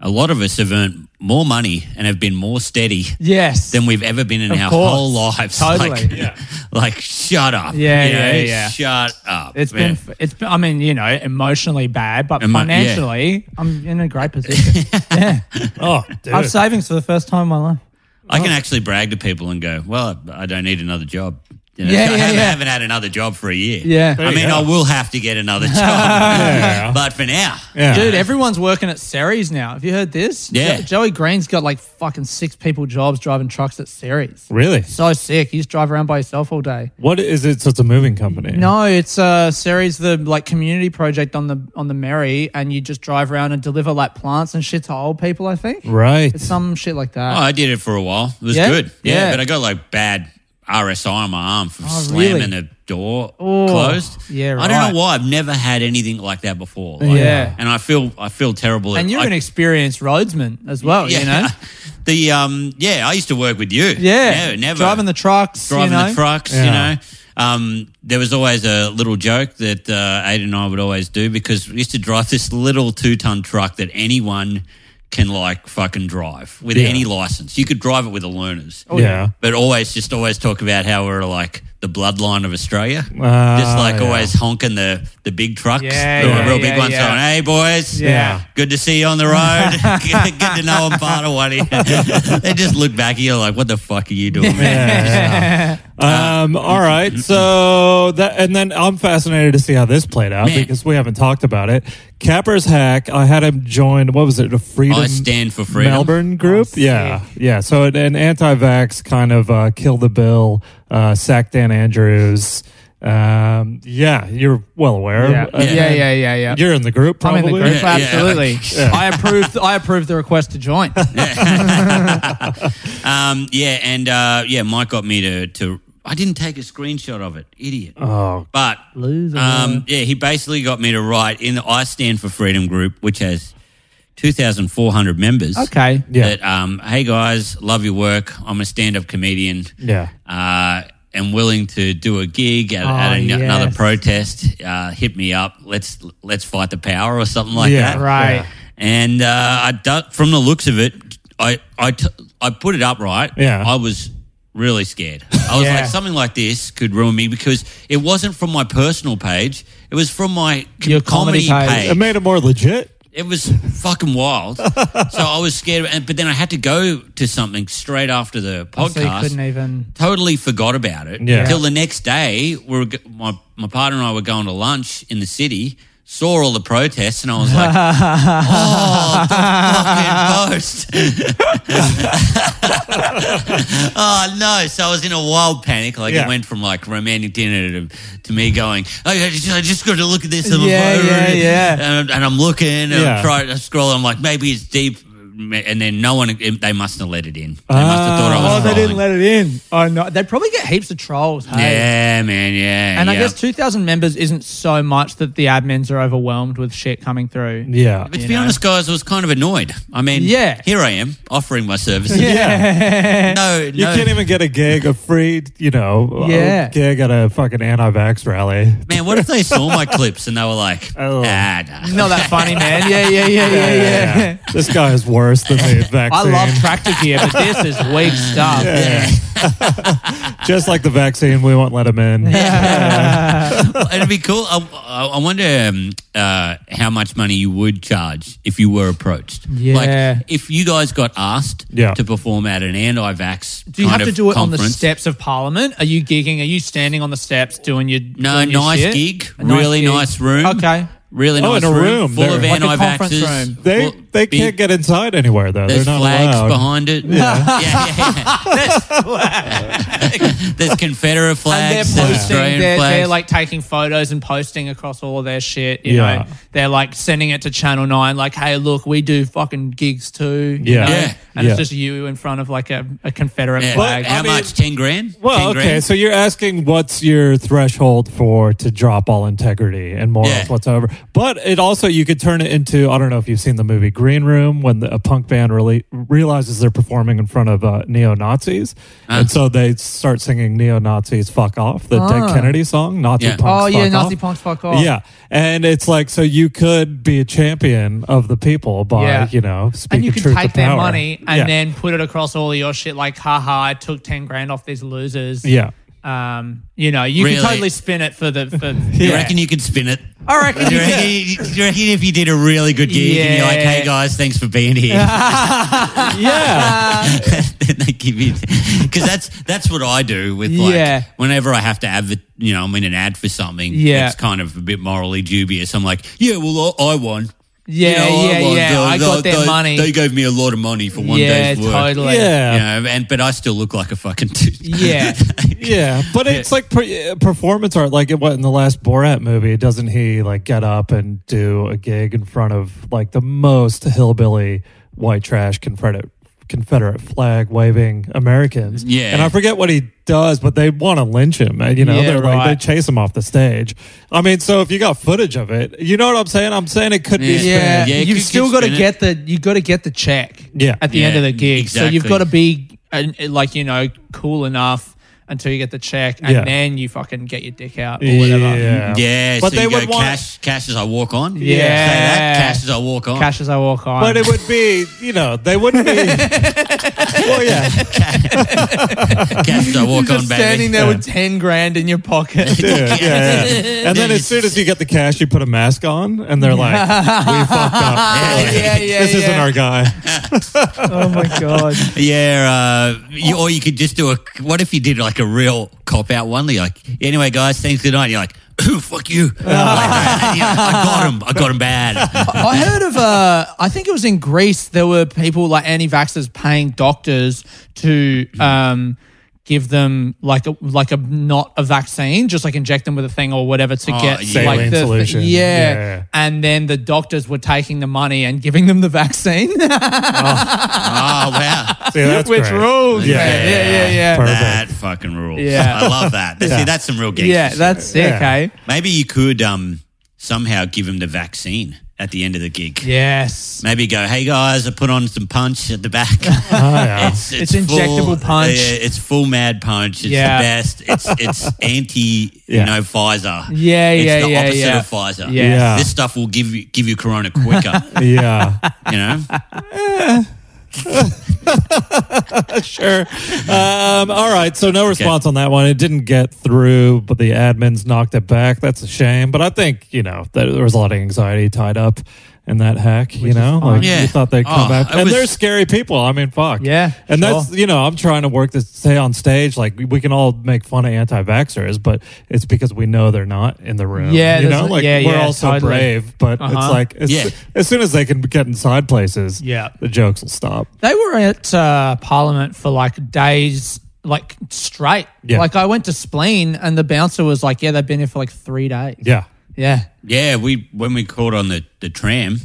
Speaker 3: a lot of us have earned more money and have been more steady
Speaker 4: Yes.
Speaker 3: than we've ever been in
Speaker 4: Of
Speaker 3: our
Speaker 4: course.
Speaker 3: whole lives.
Speaker 4: Totally.
Speaker 3: Like,
Speaker 2: Yeah.
Speaker 3: like, shut up.
Speaker 4: Yeah,
Speaker 3: You know,
Speaker 4: yeah, yeah.
Speaker 3: Shut up.
Speaker 4: It's
Speaker 3: Yeah.
Speaker 4: been, it's been, I mean, you know, emotionally bad, but
Speaker 3: Emo- yeah.
Speaker 4: financially, I'm in a great position.
Speaker 2: Oh, dude.
Speaker 4: I have savings for the first time in my life.
Speaker 3: I can actually brag to people and go, well, I don't need another job. You know,
Speaker 4: Yeah,
Speaker 3: I
Speaker 4: yeah,
Speaker 3: haven't,
Speaker 4: yeah.
Speaker 3: haven't had another job for a year.
Speaker 4: Yeah. There
Speaker 3: I
Speaker 2: you
Speaker 3: mean,
Speaker 2: go.
Speaker 3: I will have to get another job,
Speaker 2: Yeah.
Speaker 3: but for now,
Speaker 2: yeah.
Speaker 4: Dude, everyone's working at Ceres now. Have you heard this?
Speaker 3: Yeah.
Speaker 4: Jo- Joey Green's got like fucking six people jobs driving trucks at Ceres.
Speaker 2: really?
Speaker 4: So sick. He just drive around by himself all day.
Speaker 2: What is it? So it's a moving company.
Speaker 4: No, it's uh Ceres the like community project on the on the Merry and you just drive around and deliver like plants and shit to old people, I think.
Speaker 2: right.
Speaker 4: It's some shit like
Speaker 3: Oh,
Speaker 4: that.
Speaker 3: I did it for a while. It was
Speaker 4: Yeah?
Speaker 3: good. Yeah,
Speaker 4: Yeah.
Speaker 3: but I got like bad RSI on my arm from
Speaker 4: Oh,
Speaker 3: slamming
Speaker 4: really?
Speaker 3: a door
Speaker 4: Oh,
Speaker 3: closed.
Speaker 4: yeah,
Speaker 3: I don't
Speaker 4: right.
Speaker 3: know why. I've never had anything like that before. Like,
Speaker 4: Yeah.
Speaker 3: and I feel I feel terrible.
Speaker 4: and
Speaker 3: I-
Speaker 4: you're an experienced roadsman as well, you know?
Speaker 3: the um yeah. I used to work with you.
Speaker 4: Yeah.
Speaker 3: no, never
Speaker 4: Driving the trucks.
Speaker 3: driving
Speaker 4: you know?
Speaker 3: the trucks. You
Speaker 2: Yeah.
Speaker 3: know. Um, there was always a little joke that uh, Aiden and I would always do because we used to drive this little two ton truck that anyone can like fucking drive with
Speaker 2: Yeah.
Speaker 3: any license. You could drive it with a learner's.
Speaker 2: yeah.
Speaker 3: But always, just always talk about how we're like the bloodline of Australia.
Speaker 2: Ah,
Speaker 3: just like
Speaker 2: yeah.
Speaker 3: always honking the, the big trucks,
Speaker 4: Yeah,
Speaker 3: the
Speaker 2: yeah,
Speaker 3: real big
Speaker 4: yeah,
Speaker 3: ones
Speaker 4: yeah.
Speaker 3: going, hey, boys,
Speaker 4: Yeah.
Speaker 3: good to see you on the road. good good to know I'm part of one of you. they just look back at you like, what the fuck are you doing, man?
Speaker 2: Yeah.
Speaker 4: Uh,
Speaker 2: um, all right.
Speaker 3: Mm-hmm.
Speaker 2: So that, and then I'm fascinated to see how this played out
Speaker 3: Man.
Speaker 2: because we haven't talked about it. Capper's hack. I had him join. What was it? A freedom.
Speaker 3: I stand for freedom.
Speaker 2: Melbourne group.
Speaker 4: Oh,
Speaker 2: yeah. Yeah. So an, an anti vax kind of uh, kill the bill, uh, sack Dan Andrews. Um, yeah. You're well aware.
Speaker 4: Yeah,
Speaker 2: Uh,
Speaker 4: yeah, yeah, yeah, yeah.
Speaker 2: You're in the group,
Speaker 4: I'm
Speaker 2: probably.
Speaker 4: in the group,
Speaker 3: Yeah, yeah.
Speaker 4: absolutely. I approved. I approved the request to join.
Speaker 3: Um, yeah, and uh, yeah, Mike got me to, to. I didn't take a screenshot of it, idiot.
Speaker 2: Oh,
Speaker 3: But
Speaker 4: Loser.
Speaker 3: um, yeah, he basically got me to write in the I Stand for Freedom group, which has two thousand four hundred members.
Speaker 4: Okay.
Speaker 2: Yeah.
Speaker 3: That um, hey guys, love your work. I'm a stand-up comedian.
Speaker 2: yeah.
Speaker 3: Uh, am willing to do a gig at, at
Speaker 4: Oh,
Speaker 3: an- another
Speaker 4: yes.
Speaker 3: protest. Uh, hit me up. Let's let's fight the power or something like
Speaker 2: Yeah.
Speaker 3: that.
Speaker 4: Right.
Speaker 2: Yeah.
Speaker 3: And uh, I du- from the looks of it, I I, t- I put it up right.
Speaker 2: Yeah.
Speaker 3: I was really scared. I was
Speaker 4: Yeah.
Speaker 3: like, something like this could ruin me because it wasn't from my personal page. It was from my c-
Speaker 4: Your
Speaker 3: comedy,
Speaker 4: comedy page.
Speaker 3: page.
Speaker 2: It made it more legit.
Speaker 3: It was fucking wild. so I was scared. And, but then I had to go to something straight after the podcast
Speaker 4: Oh, So you couldn't even.
Speaker 3: totally forgot about it
Speaker 2: Yeah.
Speaker 3: till the next day. We were, g- my my partner and I were going to lunch in the city. Saw all the protests and I was like, "Oh, the fucking post!" oh no! So I was in a wild panic. Like
Speaker 2: Yeah.
Speaker 3: it went from like romantic dinner to, to me going, "Oh, I just, I just got to look at this." on my
Speaker 4: Yeah,
Speaker 3: phone."
Speaker 4: yeah, yeah.
Speaker 3: And, I'm- and I'm looking and
Speaker 2: Yeah.
Speaker 3: I'm trying to scroll. I'm like, maybe it's deep. And then no one, they must have let it in. They must have thought I
Speaker 4: Oh,
Speaker 3: was
Speaker 4: they
Speaker 3: trolling.
Speaker 4: didn't let it in. Oh no, they'd probably get heaps of trolls. Hey?
Speaker 3: Yeah, man. Yeah.
Speaker 4: And I
Speaker 3: yeah.
Speaker 4: guess 2,000 members isn't so much that the admins are overwhelmed with shit coming through.
Speaker 2: Yeah.
Speaker 3: But to be honest, guys, I was kind of annoyed. I mean,
Speaker 4: Yeah.
Speaker 3: here I am offering my services. No,
Speaker 2: You
Speaker 3: no.
Speaker 2: can't even get a gig, a free, you know,
Speaker 4: Yeah.
Speaker 2: a gig at a fucking anti-vax rally.
Speaker 3: Man, what if they saw my clips and they were like,
Speaker 2: Oh.
Speaker 3: ah, nah.
Speaker 4: Not that funny, man. Yeah, yeah, yeah, yeah, yeah.
Speaker 2: this guy is worse than the vaccine.
Speaker 4: I love tractor gear, but this is weak stuff.
Speaker 2: Yeah. Just like the vaccine, we won't let him in.
Speaker 3: It'd be cool. I, I I wonder um, uh, how much money you would charge if you were approached.
Speaker 4: Yeah.
Speaker 3: Like, if you guys got asked
Speaker 2: Yeah.
Speaker 3: to perform at an anti vax
Speaker 4: Do you have to do it on the steps of Parliament? Are you gigging? Are you standing on the steps doing your
Speaker 3: No,
Speaker 4: doing your
Speaker 3: nice
Speaker 4: shit?
Speaker 3: gig.
Speaker 4: A nice
Speaker 3: really
Speaker 4: gig.
Speaker 3: nice room.
Speaker 4: Okay.
Speaker 3: Really
Speaker 2: Oh,
Speaker 3: nice
Speaker 2: in a
Speaker 3: room,
Speaker 2: room.
Speaker 3: full of
Speaker 2: They're-
Speaker 4: Like a
Speaker 3: anti
Speaker 4: conference room.
Speaker 3: vaxxers.
Speaker 2: They they can't get inside anywhere though.
Speaker 3: There's
Speaker 2: They're not
Speaker 3: flags
Speaker 2: allowed.
Speaker 3: behind it. Yeah, yeah, yeah. There's, there's Confederate
Speaker 4: And they're
Speaker 3: flags. there's
Speaker 4: posting.
Speaker 3: Australian
Speaker 4: They're,
Speaker 3: flags.
Speaker 4: they're like taking photos and posting across all of their shit. You
Speaker 2: Yeah.
Speaker 4: know, they're like sending it to Channel Nine. Like, hey, look, we do fucking gigs too. you
Speaker 2: Yeah.
Speaker 4: know?
Speaker 3: Yeah.
Speaker 4: And
Speaker 2: Yeah.
Speaker 4: it's just you in front of like a, a Confederate
Speaker 3: Yeah.
Speaker 4: flag.
Speaker 3: How
Speaker 2: I mean-
Speaker 3: much? Ten grand.
Speaker 2: Well,
Speaker 3: 10
Speaker 2: okay.
Speaker 3: grand?
Speaker 2: So you're asking what's your threshold for to drop all integrity and morals
Speaker 3: Yeah.
Speaker 2: whatsoever. But it also you could turn it into I don't know if you've seen the movie Green Room when the, a punk band really realizes they're performing in front of uh, neo Nazis
Speaker 3: Ah.
Speaker 2: and so they start singing neo Nazis fuck off the Dead Kennedy song Nazi
Speaker 3: Yeah.
Speaker 2: punks
Speaker 4: Ah. Oh yeah,
Speaker 2: fuck
Speaker 4: Nazi
Speaker 2: off.
Speaker 4: punks fuck off.
Speaker 2: Yeah, and it's like so you could be a champion of the people by
Speaker 4: Yeah.
Speaker 2: you know
Speaker 4: And
Speaker 2: speaking
Speaker 4: you can
Speaker 2: truth
Speaker 4: take
Speaker 2: to
Speaker 4: their
Speaker 2: power.
Speaker 4: money and
Speaker 2: Yeah.
Speaker 4: then put it across all of your shit. Like, haha, I took ten grand off these losers.
Speaker 2: yeah.
Speaker 4: Um, you know, you
Speaker 3: Really?
Speaker 4: can totally spin it for the. For,
Speaker 3: You
Speaker 4: yeah.
Speaker 3: reckon you could spin it?
Speaker 4: I reckon
Speaker 3: Do
Speaker 4: you
Speaker 3: you, reckon,
Speaker 4: can.
Speaker 3: do you reckon if you did a really good gig and you're like,
Speaker 4: Yeah.
Speaker 3: "Hey guys, thanks for being here,"
Speaker 2: Yeah.
Speaker 3: then they give you because that's that's what I do with like
Speaker 4: Yeah.
Speaker 3: whenever I have to advert, you know, I'm in an ad for something.
Speaker 4: Yeah.
Speaker 3: it's kind of a bit morally dubious. I'm like, "Yeah, well, I, I won." You
Speaker 4: Yeah,
Speaker 3: know,
Speaker 4: yeah,
Speaker 3: won.
Speaker 4: yeah.
Speaker 3: They-
Speaker 4: I got
Speaker 3: they-
Speaker 4: their
Speaker 3: they-
Speaker 4: money.
Speaker 3: They gave me a lot of money for one
Speaker 4: yeah,
Speaker 3: day's work.
Speaker 4: totally.
Speaker 2: Yeah.
Speaker 3: you know, and but I still look like a fucking dude.
Speaker 4: Yeah.
Speaker 2: Yeah, but it's like pre- uh, performance art. Like it what in the last Borat movie, doesn't he like get up and do a gig in front of like the most hillbilly white trash Confederate Confederate flag waving Americans?
Speaker 3: Yeah.
Speaker 2: and I forget what he does, but they want to lynch him. and, You know,
Speaker 4: Yeah,
Speaker 2: they're like they
Speaker 4: right.
Speaker 2: chase him off the stage. I mean, so if you got footage of it, you know what I'm saying? I'm saying it could be.
Speaker 3: Yeah.
Speaker 4: Yeah,
Speaker 2: spin.
Speaker 3: Yeah, you
Speaker 4: you've
Speaker 3: could
Speaker 4: still
Speaker 3: get
Speaker 4: got to
Speaker 3: spin it.
Speaker 4: get the you got to get the check.
Speaker 2: Yeah.
Speaker 4: at the
Speaker 3: Yeah,
Speaker 4: end of the gig, so you've
Speaker 3: exactly.
Speaker 4: got to be uh, like you know cool enough until you get the check, and
Speaker 2: Yeah.
Speaker 4: then you fucking get your dick out or whatever.
Speaker 2: Yeah.
Speaker 3: Yeah,
Speaker 2: But
Speaker 3: so
Speaker 2: they
Speaker 3: you
Speaker 2: would
Speaker 3: go
Speaker 2: want-
Speaker 3: cash, cash as I walk on.
Speaker 4: Yeah.
Speaker 3: Say that, cash as I walk on.
Speaker 4: Cash as I walk on.
Speaker 2: But it would be, you know, they wouldn't be. well, yeah.
Speaker 3: Cash as I
Speaker 4: You're
Speaker 3: walk
Speaker 4: just
Speaker 3: on, baby.
Speaker 4: standing there
Speaker 2: Yeah.
Speaker 4: with ten grand in your pocket.
Speaker 2: Yeah, yeah, yeah. And then as soon as you get the cash, you put a mask on, and they're like, "We fucked up.
Speaker 4: yeah, yeah,
Speaker 2: this isn't
Speaker 4: yeah.
Speaker 2: our guy."
Speaker 4: oh my god.
Speaker 3: Yeah, uh, you, or you could just do a. What if you did like a real cop out one? You're like, anyway, guys, thanks good night. You're like, ooh, fuck you. Like that. You're like, I got him. I got him bad.
Speaker 4: I heard of uh, I think it was in Greece. There were people like anti-vaxxers paying doctors to um, give them like a like a not a vaccine, just like inject them with a thing or whatever to
Speaker 3: Oh,
Speaker 4: get
Speaker 3: yeah.
Speaker 4: like
Speaker 2: Saline
Speaker 4: the
Speaker 2: solution.
Speaker 4: Yeah.
Speaker 2: Yeah.
Speaker 4: and then the doctors were taking the money and giving them the vaccine,
Speaker 3: Oh wow,
Speaker 2: See, that's
Speaker 4: which
Speaker 2: great.
Speaker 4: rules.
Speaker 2: Yeah.
Speaker 4: Yeah, man. yeah, yeah, yeah.
Speaker 2: Perfect.
Speaker 3: that fucking rules.
Speaker 4: Yeah.
Speaker 3: I love that. See, that's some real gangster.
Speaker 4: Yeah,
Speaker 3: shit.
Speaker 4: that's sick, eh?
Speaker 2: Yeah.
Speaker 4: hey?
Speaker 3: Maybe you could um, somehow give him the vaccine at the end of the gig.
Speaker 4: Yes.
Speaker 3: Maybe go, hey guys, I put on some punch at the back.
Speaker 2: Oh, yeah.
Speaker 4: It's injectable punch.
Speaker 3: yeah, it's full mad punch. It's
Speaker 4: Yeah.
Speaker 3: the best. It's it's anti,
Speaker 2: Yeah.
Speaker 3: you know, Pfizer.
Speaker 4: Yeah,
Speaker 3: it's
Speaker 4: yeah,
Speaker 3: the
Speaker 4: yeah,
Speaker 3: opposite
Speaker 4: yeah.
Speaker 3: of Pfizer.
Speaker 4: Yeah.
Speaker 2: Yeah.
Speaker 3: This stuff will give you give you corona quicker.
Speaker 2: yeah.
Speaker 3: you know.
Speaker 2: sure. Um, all right. So no response on that one. It didn't get through, but the admins knocked it back. That's a shame. But I think you know that there was a lot of anxiety tied up in that hack. you know, like
Speaker 3: Yeah.
Speaker 2: you thought they'd come
Speaker 3: Oh,
Speaker 2: back,
Speaker 3: it
Speaker 2: and
Speaker 3: was-
Speaker 2: they're scary people. I mean, fuck.
Speaker 4: Yeah,
Speaker 2: And
Speaker 4: sure.
Speaker 2: that's you know, I'm trying to work this say on stage. Like we can all make fun of anti-vaxxers, but it's because we know they're not in the room.
Speaker 4: Yeah,
Speaker 2: you
Speaker 4: that's-
Speaker 2: know, like
Speaker 4: yeah,
Speaker 2: we're
Speaker 4: yeah,
Speaker 2: all so
Speaker 4: totally.
Speaker 2: brave, but
Speaker 4: Uh-huh.
Speaker 2: it's like as,
Speaker 3: Yeah.
Speaker 2: as soon as they can get inside places,
Speaker 4: Yeah.
Speaker 2: the jokes will stop.
Speaker 4: They were at uh, Parliament for like days, like straight.
Speaker 2: Yeah.
Speaker 4: Like I went to Spleen, and the bouncer was like, "Yeah, they've been here for like three days."
Speaker 2: Yeah.
Speaker 4: yeah,
Speaker 3: Yeah, we when we caught on the the tram,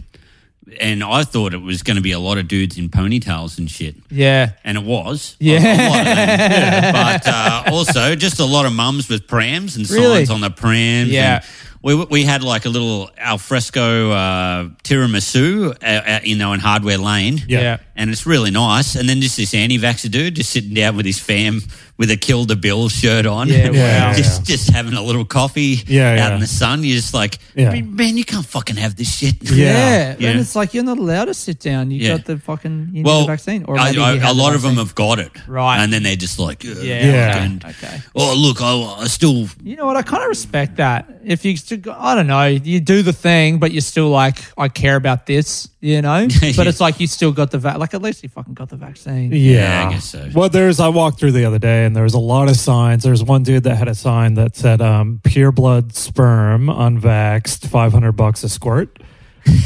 Speaker 3: and I thought it was going to be a lot of dudes in ponytails and shit.
Speaker 4: yeah.
Speaker 3: and it was.
Speaker 4: Yeah.
Speaker 3: A lot of them. But uh, also just a lot of mums with prams and signs
Speaker 4: Really?
Speaker 3: on the prams.
Speaker 4: Yeah.
Speaker 3: And we, we had like a little alfresco uh, tiramisu, uh, uh, you know, in Hardware Lane.
Speaker 2: Yeah.
Speaker 4: Yeah.
Speaker 3: And it's really nice. And then just this anti-vaxxer dude just sitting down with his fam with a Kill the Bill shirt on.
Speaker 4: Yeah,
Speaker 2: Yeah, wow.
Speaker 3: Just, just having a little coffee
Speaker 2: Yeah,
Speaker 3: out
Speaker 2: yeah.
Speaker 3: in the sun. You're just like,
Speaker 2: Yeah.
Speaker 3: man, you can't fucking have this shit.
Speaker 2: Yeah.
Speaker 4: Yeah.
Speaker 3: Yeah.
Speaker 4: and it's like you're not allowed to sit down. You
Speaker 3: Yeah.
Speaker 4: got the fucking you
Speaker 3: well,
Speaker 4: need the vaccine, or
Speaker 3: I-
Speaker 4: maybe
Speaker 3: I-
Speaker 4: you
Speaker 3: a
Speaker 4: had the
Speaker 3: lot of them
Speaker 4: vaccine.
Speaker 3: have got it,
Speaker 4: Right.
Speaker 3: And then they're just like, "Ugh,
Speaker 4: Yeah,
Speaker 2: Yeah.
Speaker 3: and-
Speaker 4: Okay.
Speaker 3: Oh, look, I, I still.
Speaker 4: You know what? I kind of respect that. If you, still go- I don't know, you do the thing, but you're still like, I care about this, you know. But it's like you still got the vac. Like at least you fucking got the vaccine.
Speaker 2: Yeah.
Speaker 3: Yeah, I guess so.
Speaker 2: Well, there's, I walked through the other day and there was a lot of signs. There's one dude that had a sign that said, um, pure blood sperm, unvaxxed, 500 bucks a squirt.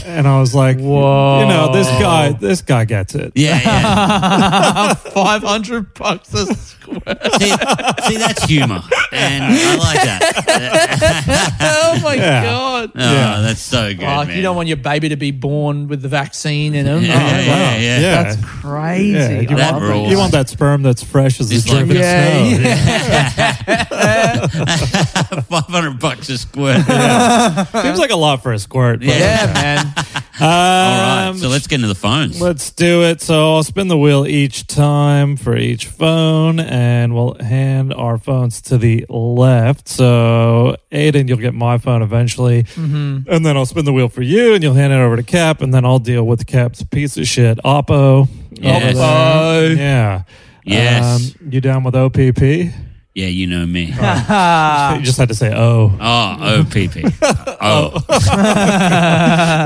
Speaker 2: And I was like,
Speaker 4: Whoa.
Speaker 2: you know, this guy, this guy gets it.
Speaker 3: Yeah, yeah.
Speaker 4: Five hundred bucks a square.
Speaker 3: see, see, that's humor, and I like that.
Speaker 4: oh my
Speaker 2: Yeah.
Speaker 4: god.
Speaker 3: Oh,
Speaker 2: Yeah.
Speaker 3: that's so good, man.
Speaker 4: Like Oh, you don't want your baby to be born with the vaccine in him.
Speaker 3: Yeah, yeah,
Speaker 4: Oh,
Speaker 3: yeah, yeah.
Speaker 2: Yeah.
Speaker 4: That's crazy.
Speaker 2: Yeah, you,
Speaker 4: I
Speaker 3: That
Speaker 2: want,
Speaker 4: love it.
Speaker 3: rules.
Speaker 2: you want that sperm that's fresh as
Speaker 3: It's
Speaker 2: the driven
Speaker 3: like-
Speaker 4: Yeah,
Speaker 2: snow.
Speaker 4: yeah.
Speaker 3: Five hundred bucks a squirt.
Speaker 2: Seems like a lot for a squirt. But,
Speaker 3: Yeah.
Speaker 4: Yeah, man.
Speaker 2: Um,
Speaker 3: All right, so let's get into the phones.
Speaker 2: Let's do it. So I'll spin the wheel each time for each phone, and we'll hand our phones to the left. So Aiden, you'll get my phone eventually,
Speaker 3: Mm-hmm.
Speaker 2: and then I'll spin the wheel for you, and you'll hand it over to Cap, and then I'll deal with Cap's piece of shit Oppo.
Speaker 3: Yes.
Speaker 2: Over there. Yeah.
Speaker 3: Yes.
Speaker 2: Um, you down with OPP?
Speaker 3: yeah, you know me. Ah.
Speaker 2: you just had to say oh.
Speaker 3: Oh, OPP. Oh,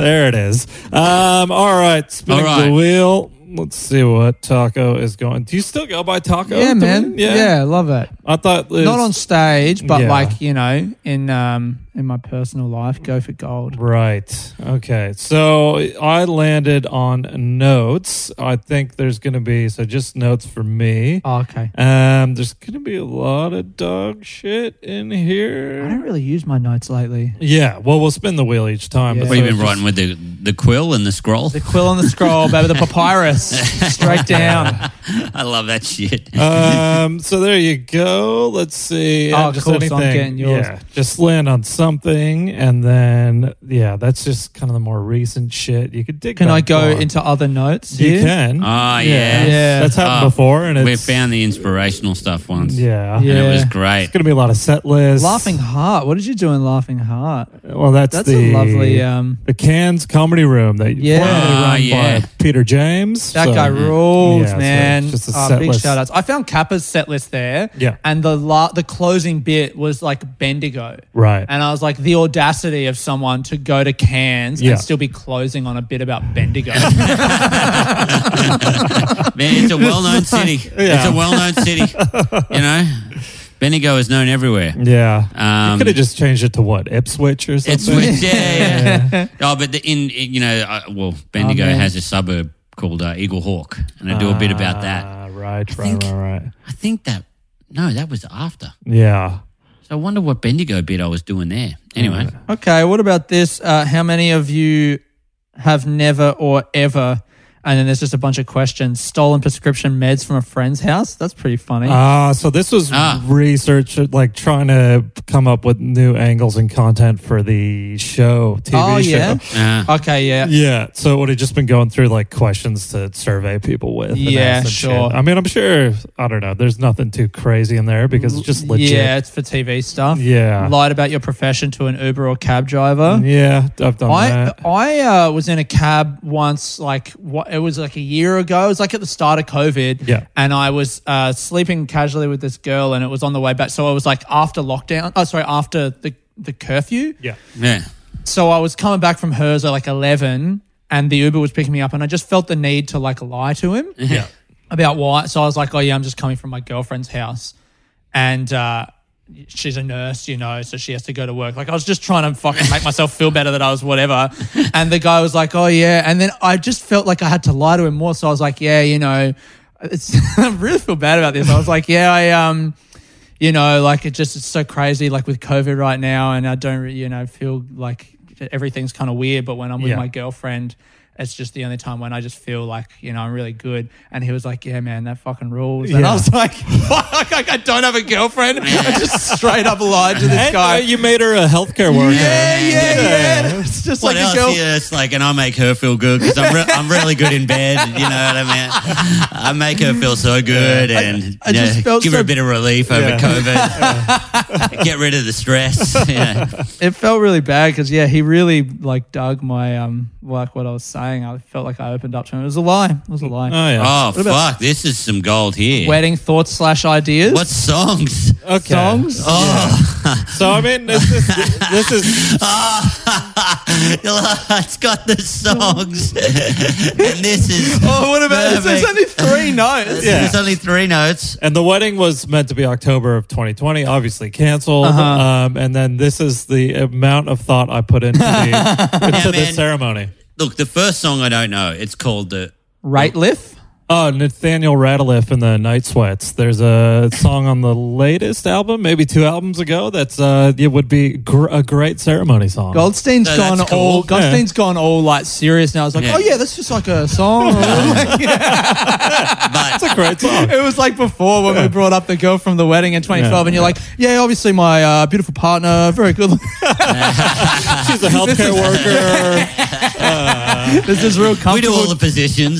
Speaker 2: there it is. Um, all right, spinning
Speaker 3: Ah. All right.
Speaker 2: the wheel. Let's see what taco is going. Do you still go by taco?
Speaker 4: Yeah,
Speaker 2: Dwayne?
Speaker 4: man.
Speaker 2: Yeah,
Speaker 4: Yeah, love it.
Speaker 2: I thought it's,
Speaker 4: Not on stage, but
Speaker 2: Yeah.
Speaker 4: like you know, in um in my personal life, go for gold.
Speaker 2: Right. Okay. So I landed on notes. I think there's going to be so just notes for me.
Speaker 4: Oh, okay.
Speaker 2: Um, there's going to be a lot of dog shit in
Speaker 4: I
Speaker 2: here.
Speaker 4: don't really use my notes lately.
Speaker 2: Yeah. Well, we'll spin the wheel each time.
Speaker 4: Yeah.
Speaker 3: what
Speaker 2: so
Speaker 3: have you
Speaker 2: it's
Speaker 3: been writing with the the quill and the scroll?
Speaker 4: The quill on the scroll, baby, the papyrus, straight down.
Speaker 3: I love that shit.
Speaker 2: um, so there you go. Let's see.
Speaker 4: Oh,
Speaker 2: Uh, just
Speaker 4: cool. So I'm getting yours.
Speaker 2: Yeah, just land on something, and then yeah, that's just kind of the more recent shit you could dig.
Speaker 4: Can I
Speaker 2: back
Speaker 4: go
Speaker 2: on.
Speaker 4: into other notes?
Speaker 2: You
Speaker 4: here?
Speaker 2: can.
Speaker 3: Ah,
Speaker 2: yeah.
Speaker 3: yes.
Speaker 4: Yeah.
Speaker 2: that's happened
Speaker 3: Oh,
Speaker 2: before, and it's
Speaker 3: we found the inspirational stuff once.
Speaker 2: yeah,
Speaker 4: Yeah.
Speaker 3: And it was
Speaker 2: It's
Speaker 3: great.
Speaker 2: gonna be a lot of set lists.
Speaker 4: Laughing Heart. What did you do in Laughing Heart?
Speaker 2: Well, that's
Speaker 4: That's
Speaker 2: the
Speaker 4: a lovely. Um,
Speaker 2: the Cairns Comedy Room that
Speaker 4: Yeah.
Speaker 2: formerly
Speaker 3: Ah,
Speaker 2: run
Speaker 3: yeah.
Speaker 2: by Peter James.
Speaker 4: that
Speaker 2: So- mm,
Speaker 4: guy rules,
Speaker 2: Yeah, so
Speaker 4: man.
Speaker 2: just a
Speaker 4: Oh,
Speaker 2: set
Speaker 4: big
Speaker 2: list.
Speaker 4: shout outs. I found Kappa's set list there.
Speaker 2: Yeah.
Speaker 4: And the la- the closing bit was like Bendigo.
Speaker 2: Right.
Speaker 4: And I was like, the audacity of someone to go to Cairns
Speaker 2: Yeah.
Speaker 4: and still be closing on a bit about Bendigo.
Speaker 3: Man, it's a well known city. It's
Speaker 2: Yeah.
Speaker 3: a well known city. You know? Bendigo is known everywhere.
Speaker 2: Mm. yeah. you
Speaker 3: Um,
Speaker 2: could have just changed it to what Ipswich or
Speaker 3: It's
Speaker 2: something.
Speaker 3: yeah, yeah, yeah. oh, but the, in, in- you know, uh, well, Bendigo
Speaker 4: man.
Speaker 3: has a suburb called uh, Eagle Hawk, and I do a bit about that.
Speaker 2: Ah, Right, right,
Speaker 3: think-
Speaker 2: right, right.
Speaker 3: I think that no, that was after.
Speaker 2: Yeah.
Speaker 3: So I wonder what Bendigo bit I was doing there. Anyway,
Speaker 4: okay. What about this? Uh, how many of you have never or ever? And then there's just a bunch of questions. Stolen prescription meds from a friend's house. That's pretty funny.
Speaker 2: Ah, so this was
Speaker 3: Ah.
Speaker 2: research, like trying to come up with new angles and content for the show, TV
Speaker 4: oh
Speaker 2: show.
Speaker 4: yeah.
Speaker 3: uh,
Speaker 4: Okay. Yeah.
Speaker 2: Yeah, so it would have just been going through like questions to survey people with. and
Speaker 4: Yeah,
Speaker 2: ask them
Speaker 4: sure.
Speaker 2: shit. I mean, I'm sure. I don't know. There's nothing too crazy in there because it's just legit.
Speaker 4: Mm, Yeah, it's for TV stuff.
Speaker 2: Yeah.
Speaker 4: Lied about your profession to an Uber or cab driver.
Speaker 2: Yeah, I've done
Speaker 4: I
Speaker 2: that.
Speaker 4: I uh, was in a cab once, like what it was like a year ago. It was like at the start of COVID.
Speaker 2: Yeah.
Speaker 4: and I was uh, sleeping casually with this girl, and it was on the way back. So I was like after lockdown. Oh, sorry, after the the curfew.
Speaker 2: Yeah.
Speaker 3: yeah.
Speaker 4: So I was coming back from hers at like eleven, and the Uber was picking me up, and I just felt the need to like lie to him
Speaker 2: Yeah.
Speaker 4: about why. So I was like, oh yeah, I'm just coming from my girlfriend's house, and uh, she's a nurse, you know, so she has to go to work. Like I was just trying to fucking make myself feel better that I was whatever. And the guy was like, oh yeah, and then I just felt like I had to lie to him more. So I was like, yeah, you know, it's I really feel bad about this. I was like, yeah, I um. You know, like it just, it's so crazy, like with COVID right now. And I don't, re- you know, feel like everything's kind of weird. But when I'm with
Speaker 2: Yeah.
Speaker 4: my girlfriend, it's just the only time when I just feel like, you know, I'm really good. And he was like, yeah, man, that fucking rules. And
Speaker 2: Yeah.
Speaker 4: I was like, fuck, like, I don't have a girlfriend. I just straight up lied to this
Speaker 2: And, uh,
Speaker 4: guy.
Speaker 2: you made her a healthcare worker.
Speaker 4: yeah, yeah, yeah, It's just
Speaker 3: What
Speaker 4: like
Speaker 3: else?
Speaker 4: a girl.
Speaker 3: Yeah, it's like, and I make her feel good because I'm, re- I'm really good in bed. You know what I mean? I make her feel so good and
Speaker 4: I just
Speaker 3: yeah,
Speaker 4: felt
Speaker 3: give her
Speaker 4: so-
Speaker 3: a bit of relief
Speaker 2: Yeah.
Speaker 3: over COVID. Get rid of the stress. Yeah.
Speaker 4: It felt really bad because, yeah, he really like dug my, um, like what I was saying. I felt like I opened up to him. It was a lie. It was a lie.
Speaker 2: Oh yeah.
Speaker 3: Oh, fuck. This is some gold here.
Speaker 4: Wedding thoughts slash ideas.
Speaker 3: What songs?
Speaker 2: okay.
Speaker 4: songs?
Speaker 3: Oh,
Speaker 2: So I mean, this is this is
Speaker 3: it's Oh, got the songs. and this is.
Speaker 4: Oh, what about? There's
Speaker 3: Perfect.
Speaker 4: only three notes.
Speaker 2: Yeah.
Speaker 3: There's only three notes.
Speaker 2: and the wedding was meant to be October of 2020, obviously canceled. Um, and then this is the amount of thought I put into the into the
Speaker 3: man.
Speaker 2: ceremony.
Speaker 3: Look, the first song I don't know. It's called the.
Speaker 4: Right, lift.
Speaker 2: Oh, Nathaniel Rateliff and the Night Sweats. There's a song on the latest album, maybe two albums ago. That's uh, it would be gr- a great ceremony song.
Speaker 4: Goldstein's
Speaker 3: No,
Speaker 4: gone
Speaker 3: that's cool.
Speaker 4: all.
Speaker 3: Yeah.
Speaker 4: Goldstein's gone all like serious now. I was like,
Speaker 3: Yeah.
Speaker 4: oh yeah, that's just like a song. Like,
Speaker 3: But
Speaker 2: It's a great song.
Speaker 4: it was like before when we brought up the girl from the wedding in 2012,
Speaker 2: Yeah.
Speaker 4: and you're like, yeah, obviously my uh, beautiful partner, very good.
Speaker 2: She's a healthcare worker.
Speaker 4: this is real
Speaker 3: we do
Speaker 4: comfortable.
Speaker 3: all the positions.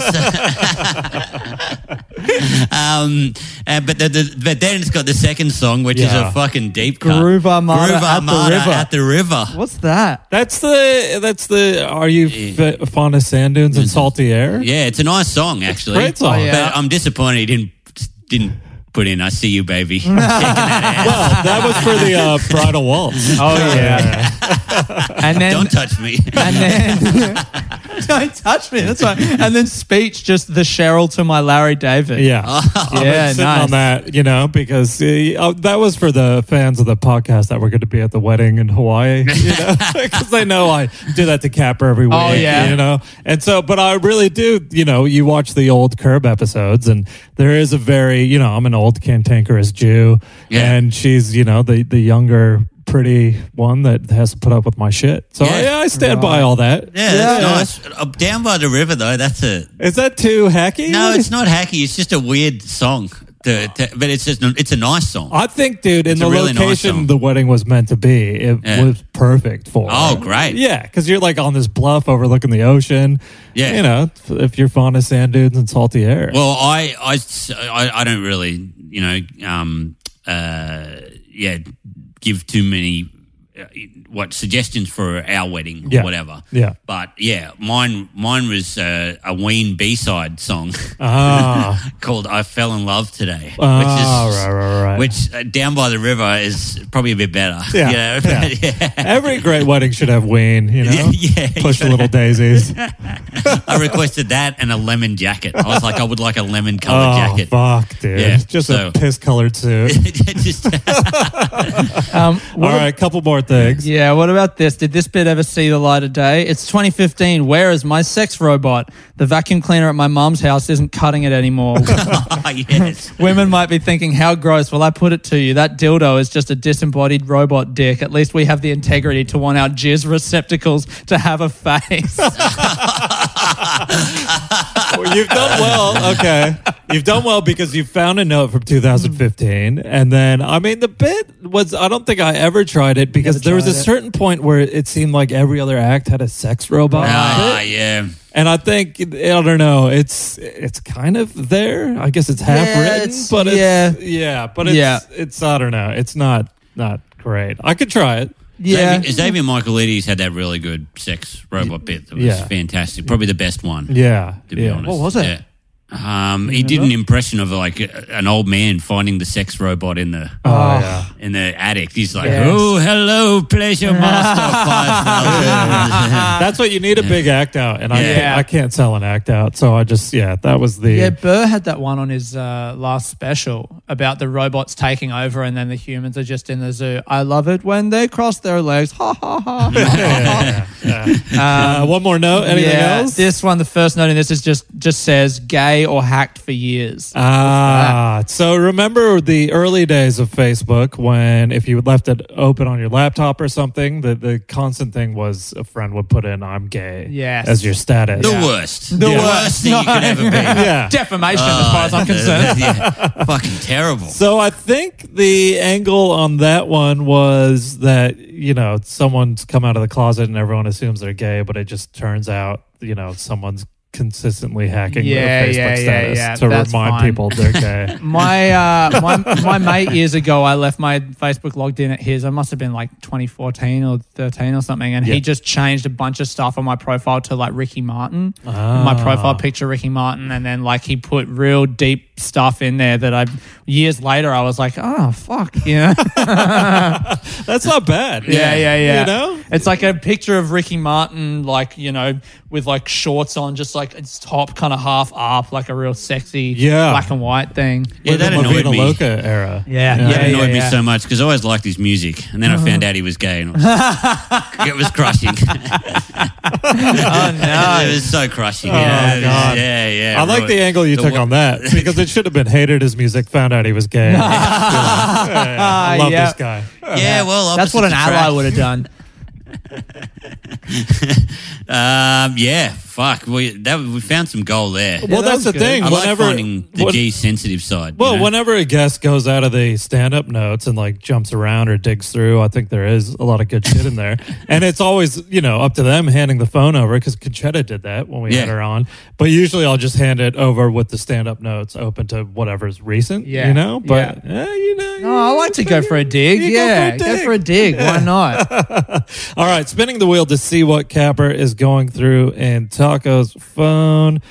Speaker 3: um, uh, but the, the, but then it's got the second song, which is
Speaker 2: Yeah.
Speaker 3: a fucking deep cut.
Speaker 4: Groove Armada
Speaker 3: Groove
Speaker 4: at the
Speaker 3: Armada
Speaker 4: river.
Speaker 3: uh, At the river.
Speaker 4: What's that?
Speaker 2: That's the that's the. Are you f- fond of sand dunes and salty air?
Speaker 3: Yeah, it's a nice song actually.
Speaker 2: great song. Oh,
Speaker 4: yeah.
Speaker 3: But I'm disappointed he didn't didn't put in "I See You, Baby."
Speaker 2: Well, Oh, that was for the uh, bridal waltz.
Speaker 4: Oh yeah. and then
Speaker 3: Don't touch me.
Speaker 4: and then don't touch me. That's right. And then speech, just the Cheryl to my Larry David.
Speaker 2: Yeah, I've been
Speaker 4: Yeah,
Speaker 2: sitting
Speaker 4: nice.
Speaker 2: on that, you know, because uh, oh, that was for the fans of the podcast that were going to be at the wedding in Hawaii, you know, because they know I do that to Capper every week,
Speaker 4: Oh, yeah.
Speaker 2: you know, and so, but I really do, you know, you watch the old Curb episodes, and there is a very, you know, I'm an old cantankerous Jew,
Speaker 3: Yeah.
Speaker 2: and she's, you know, the the younger pretty one that has to put up with my shit. So
Speaker 3: Yeah.
Speaker 2: yeah, I stand by all that.
Speaker 3: Yeah, that's nice. Uh, Down by the river, though, that's a.
Speaker 2: Is that too hacky?
Speaker 3: No, it's not hacky. It's just a weird song. To, to, but it's just it's a nice song.
Speaker 2: I think, dude, in
Speaker 3: It's
Speaker 2: the
Speaker 3: a really nice
Speaker 2: location
Speaker 3: song.
Speaker 2: the wedding was meant to be, it
Speaker 3: Yeah.
Speaker 2: was perfect for.
Speaker 3: Oh,
Speaker 2: it.
Speaker 3: great.
Speaker 2: Yeah, because you're like on this bluff overlooking the ocean.
Speaker 3: Yeah.
Speaker 2: you know, if- if you're fond of sand dunes and salty air.
Speaker 3: Well, I, I, I, I don't really, you know, um, uh, yeah, give too many uh, what suggestions for our wedding or
Speaker 2: Yeah.
Speaker 3: whatever.
Speaker 2: Yeah.
Speaker 3: But yeah, mine, mine was uh, a Ween B-side song
Speaker 2: ah,
Speaker 3: called "I Fell in Love Today,"
Speaker 2: Ah, right, right, right.
Speaker 3: which uh, down by the river is probably a bit better.
Speaker 2: Yeah,
Speaker 3: you know? But, yeah.
Speaker 2: every great wedding should have Wayne. You know,
Speaker 3: Yeah, yeah.
Speaker 2: push the little daisies.
Speaker 3: I requested that and a lemon jacket. I was like, I would like a lemon colored
Speaker 2: oh
Speaker 3: jacket.
Speaker 2: fuck, dude,
Speaker 3: Yeah,
Speaker 2: just
Speaker 3: so-
Speaker 2: a piss colored suit.
Speaker 3: Just-
Speaker 4: Um,
Speaker 2: All
Speaker 4: what ab-
Speaker 2: right, couple more things.
Speaker 4: Yeah, what about this? Did this bit ever see the light of day? It's 2015. Where is my sex robot? The vacuum cleaner at my mom's house isn't cutting it anymore.
Speaker 3: oh, yes.
Speaker 4: Women might be thinking, how gross. Well, I put it to you. That dildo is just a disembodied robot dick. At least we have the integrity to want our jizz receptacles to have a face.
Speaker 2: Well, you've done well. Okay. You've done well because you found a note from 2015. And then, I mean, the bit was, I don't think I ever tried it because
Speaker 4: Never
Speaker 2: there was a
Speaker 4: tried it.
Speaker 2: certain point where it seemed like every other act had a sex robot.
Speaker 3: Ah,
Speaker 2: bit.
Speaker 3: yeah.
Speaker 2: And I think, I don't know, it's it's kind of there. I guess it's half
Speaker 4: Yeah,
Speaker 2: written,
Speaker 4: it's-
Speaker 2: but it's,
Speaker 4: yeah.
Speaker 2: yeah, but it's, it's, I don't know, it's not, not great. I could try it.
Speaker 4: yeah.
Speaker 3: Xavier, Xavier Michaelides had that really good sex robot bit that was
Speaker 2: Yeah.
Speaker 3: fantastic. Probably the best one,
Speaker 2: Yeah.
Speaker 3: to be
Speaker 2: yeah.
Speaker 3: honest.
Speaker 4: What was it?
Speaker 3: Yeah. Um, he did an impression of like a, an old man finding the sex robot in the
Speaker 2: Oh, yeah.
Speaker 3: in the attic. He's like,
Speaker 4: Yes.
Speaker 3: "Oh, hello, pleasure master." five thousand."
Speaker 2: That's what you need a big act out, and I
Speaker 3: Yeah.
Speaker 2: can't, I can't sell an act out, so I just yeah, that was the
Speaker 4: Yeah, Burr had that one on his uh, last special about the robots taking over and then the humans are just in the zoo. I love it when they cross their legs. Ha ha ha.
Speaker 2: Yeah, yeah, yeah. Uh, one more note. Anything else?
Speaker 4: This one, the first note in this is just just says gay or hacked for years.
Speaker 2: Ah, so remember the early days of Facebook when if you left it open on your laptop or something, the, the constant thing was a friend would put in "I'm gay"
Speaker 4: Yes.
Speaker 2: as your status.
Speaker 3: The worst, the
Speaker 2: Yeah.
Speaker 3: worst thing you could ever be. Oh,
Speaker 2: yeah.
Speaker 4: Defamation, as far as
Speaker 2: Ah.
Speaker 4: I'm concerned.
Speaker 3: yeah. Fucking terrible.
Speaker 2: So I think the angle on that one was that you know someone's come out of the closet and everyone assumes they're gay, but it just turns out you know someone's consistently hacking
Speaker 4: Yeah,
Speaker 2: their Facebook
Speaker 4: yeah, yeah,
Speaker 2: status
Speaker 4: yeah.
Speaker 2: to
Speaker 4: That's
Speaker 2: remind
Speaker 4: fine.
Speaker 2: people they're gay.
Speaker 4: My, uh, my my mate years ago, I left my Facebook logged in at his. I must have been like 2014 or 13 or something, and
Speaker 2: Yeah.
Speaker 4: he just changed a bunch of stuff on my profile to like Ricky Martin.
Speaker 2: Ah.
Speaker 4: My profile picture, Ricky Martin, and then like he put real deep stuff in there that I years later I was like, oh fuck, you know.
Speaker 2: That's not bad.
Speaker 4: Yeah, yeah, yeah.
Speaker 2: You know,
Speaker 4: It's like a picture of Ricky Martin, like, you know, with like shorts on, just like its top kind of half up, like a real sexy
Speaker 2: Yeah.
Speaker 4: black and white thing.
Speaker 3: Yeah, that
Speaker 2: The
Speaker 3: annoyed
Speaker 2: Lavina
Speaker 3: me.
Speaker 2: Loca era.
Speaker 4: Yeah,
Speaker 3: That
Speaker 4: yeah,
Speaker 3: annoyed
Speaker 4: yeah. Uh-huh.
Speaker 3: me so much because I always liked his music, and then I found out he was gay, and it was, it was crushing.
Speaker 4: Oh,
Speaker 3: it
Speaker 4: no.
Speaker 3: was so crushing.
Speaker 2: Oh,
Speaker 3: yeah, it was-
Speaker 2: God.
Speaker 3: yeah, yeah.
Speaker 2: I like the angle you took
Speaker 3: wo-
Speaker 2: on that because it should have been hated his music, found out he was gay. Yeah, yeah. I love
Speaker 4: Yeah.
Speaker 2: this guy.
Speaker 3: Yeah, well,
Speaker 4: That's what an ally would
Speaker 3: have.
Speaker 4: have done.
Speaker 3: Um, yeah, fuck. We that we found some goal there.
Speaker 2: well,
Speaker 4: that
Speaker 2: that's
Speaker 4: was
Speaker 2: the
Speaker 4: good.
Speaker 2: thing.
Speaker 3: I like
Speaker 2: whenever
Speaker 3: finding the
Speaker 2: when-
Speaker 3: G sensitive side.
Speaker 2: Well,
Speaker 3: you know?
Speaker 2: whenever a guest goes out of the stand-up notes and like jumps around or digs through, I think there is a lot of good shit in there. And it's always, you know, up to them handing the phone over because Conchetta did that when we had
Speaker 3: Yeah.
Speaker 2: her on. But usually I'll just hand it over with the stand-up notes open to whatever's recent,
Speaker 4: Yeah.
Speaker 2: you know? But, eh, you know.
Speaker 4: No, Oh, I like to go for a dig.
Speaker 2: You
Speaker 4: Yeah, go for a dig. Why not?
Speaker 2: All right, spinning the wheel to see what Capper is going through in Taco's phone.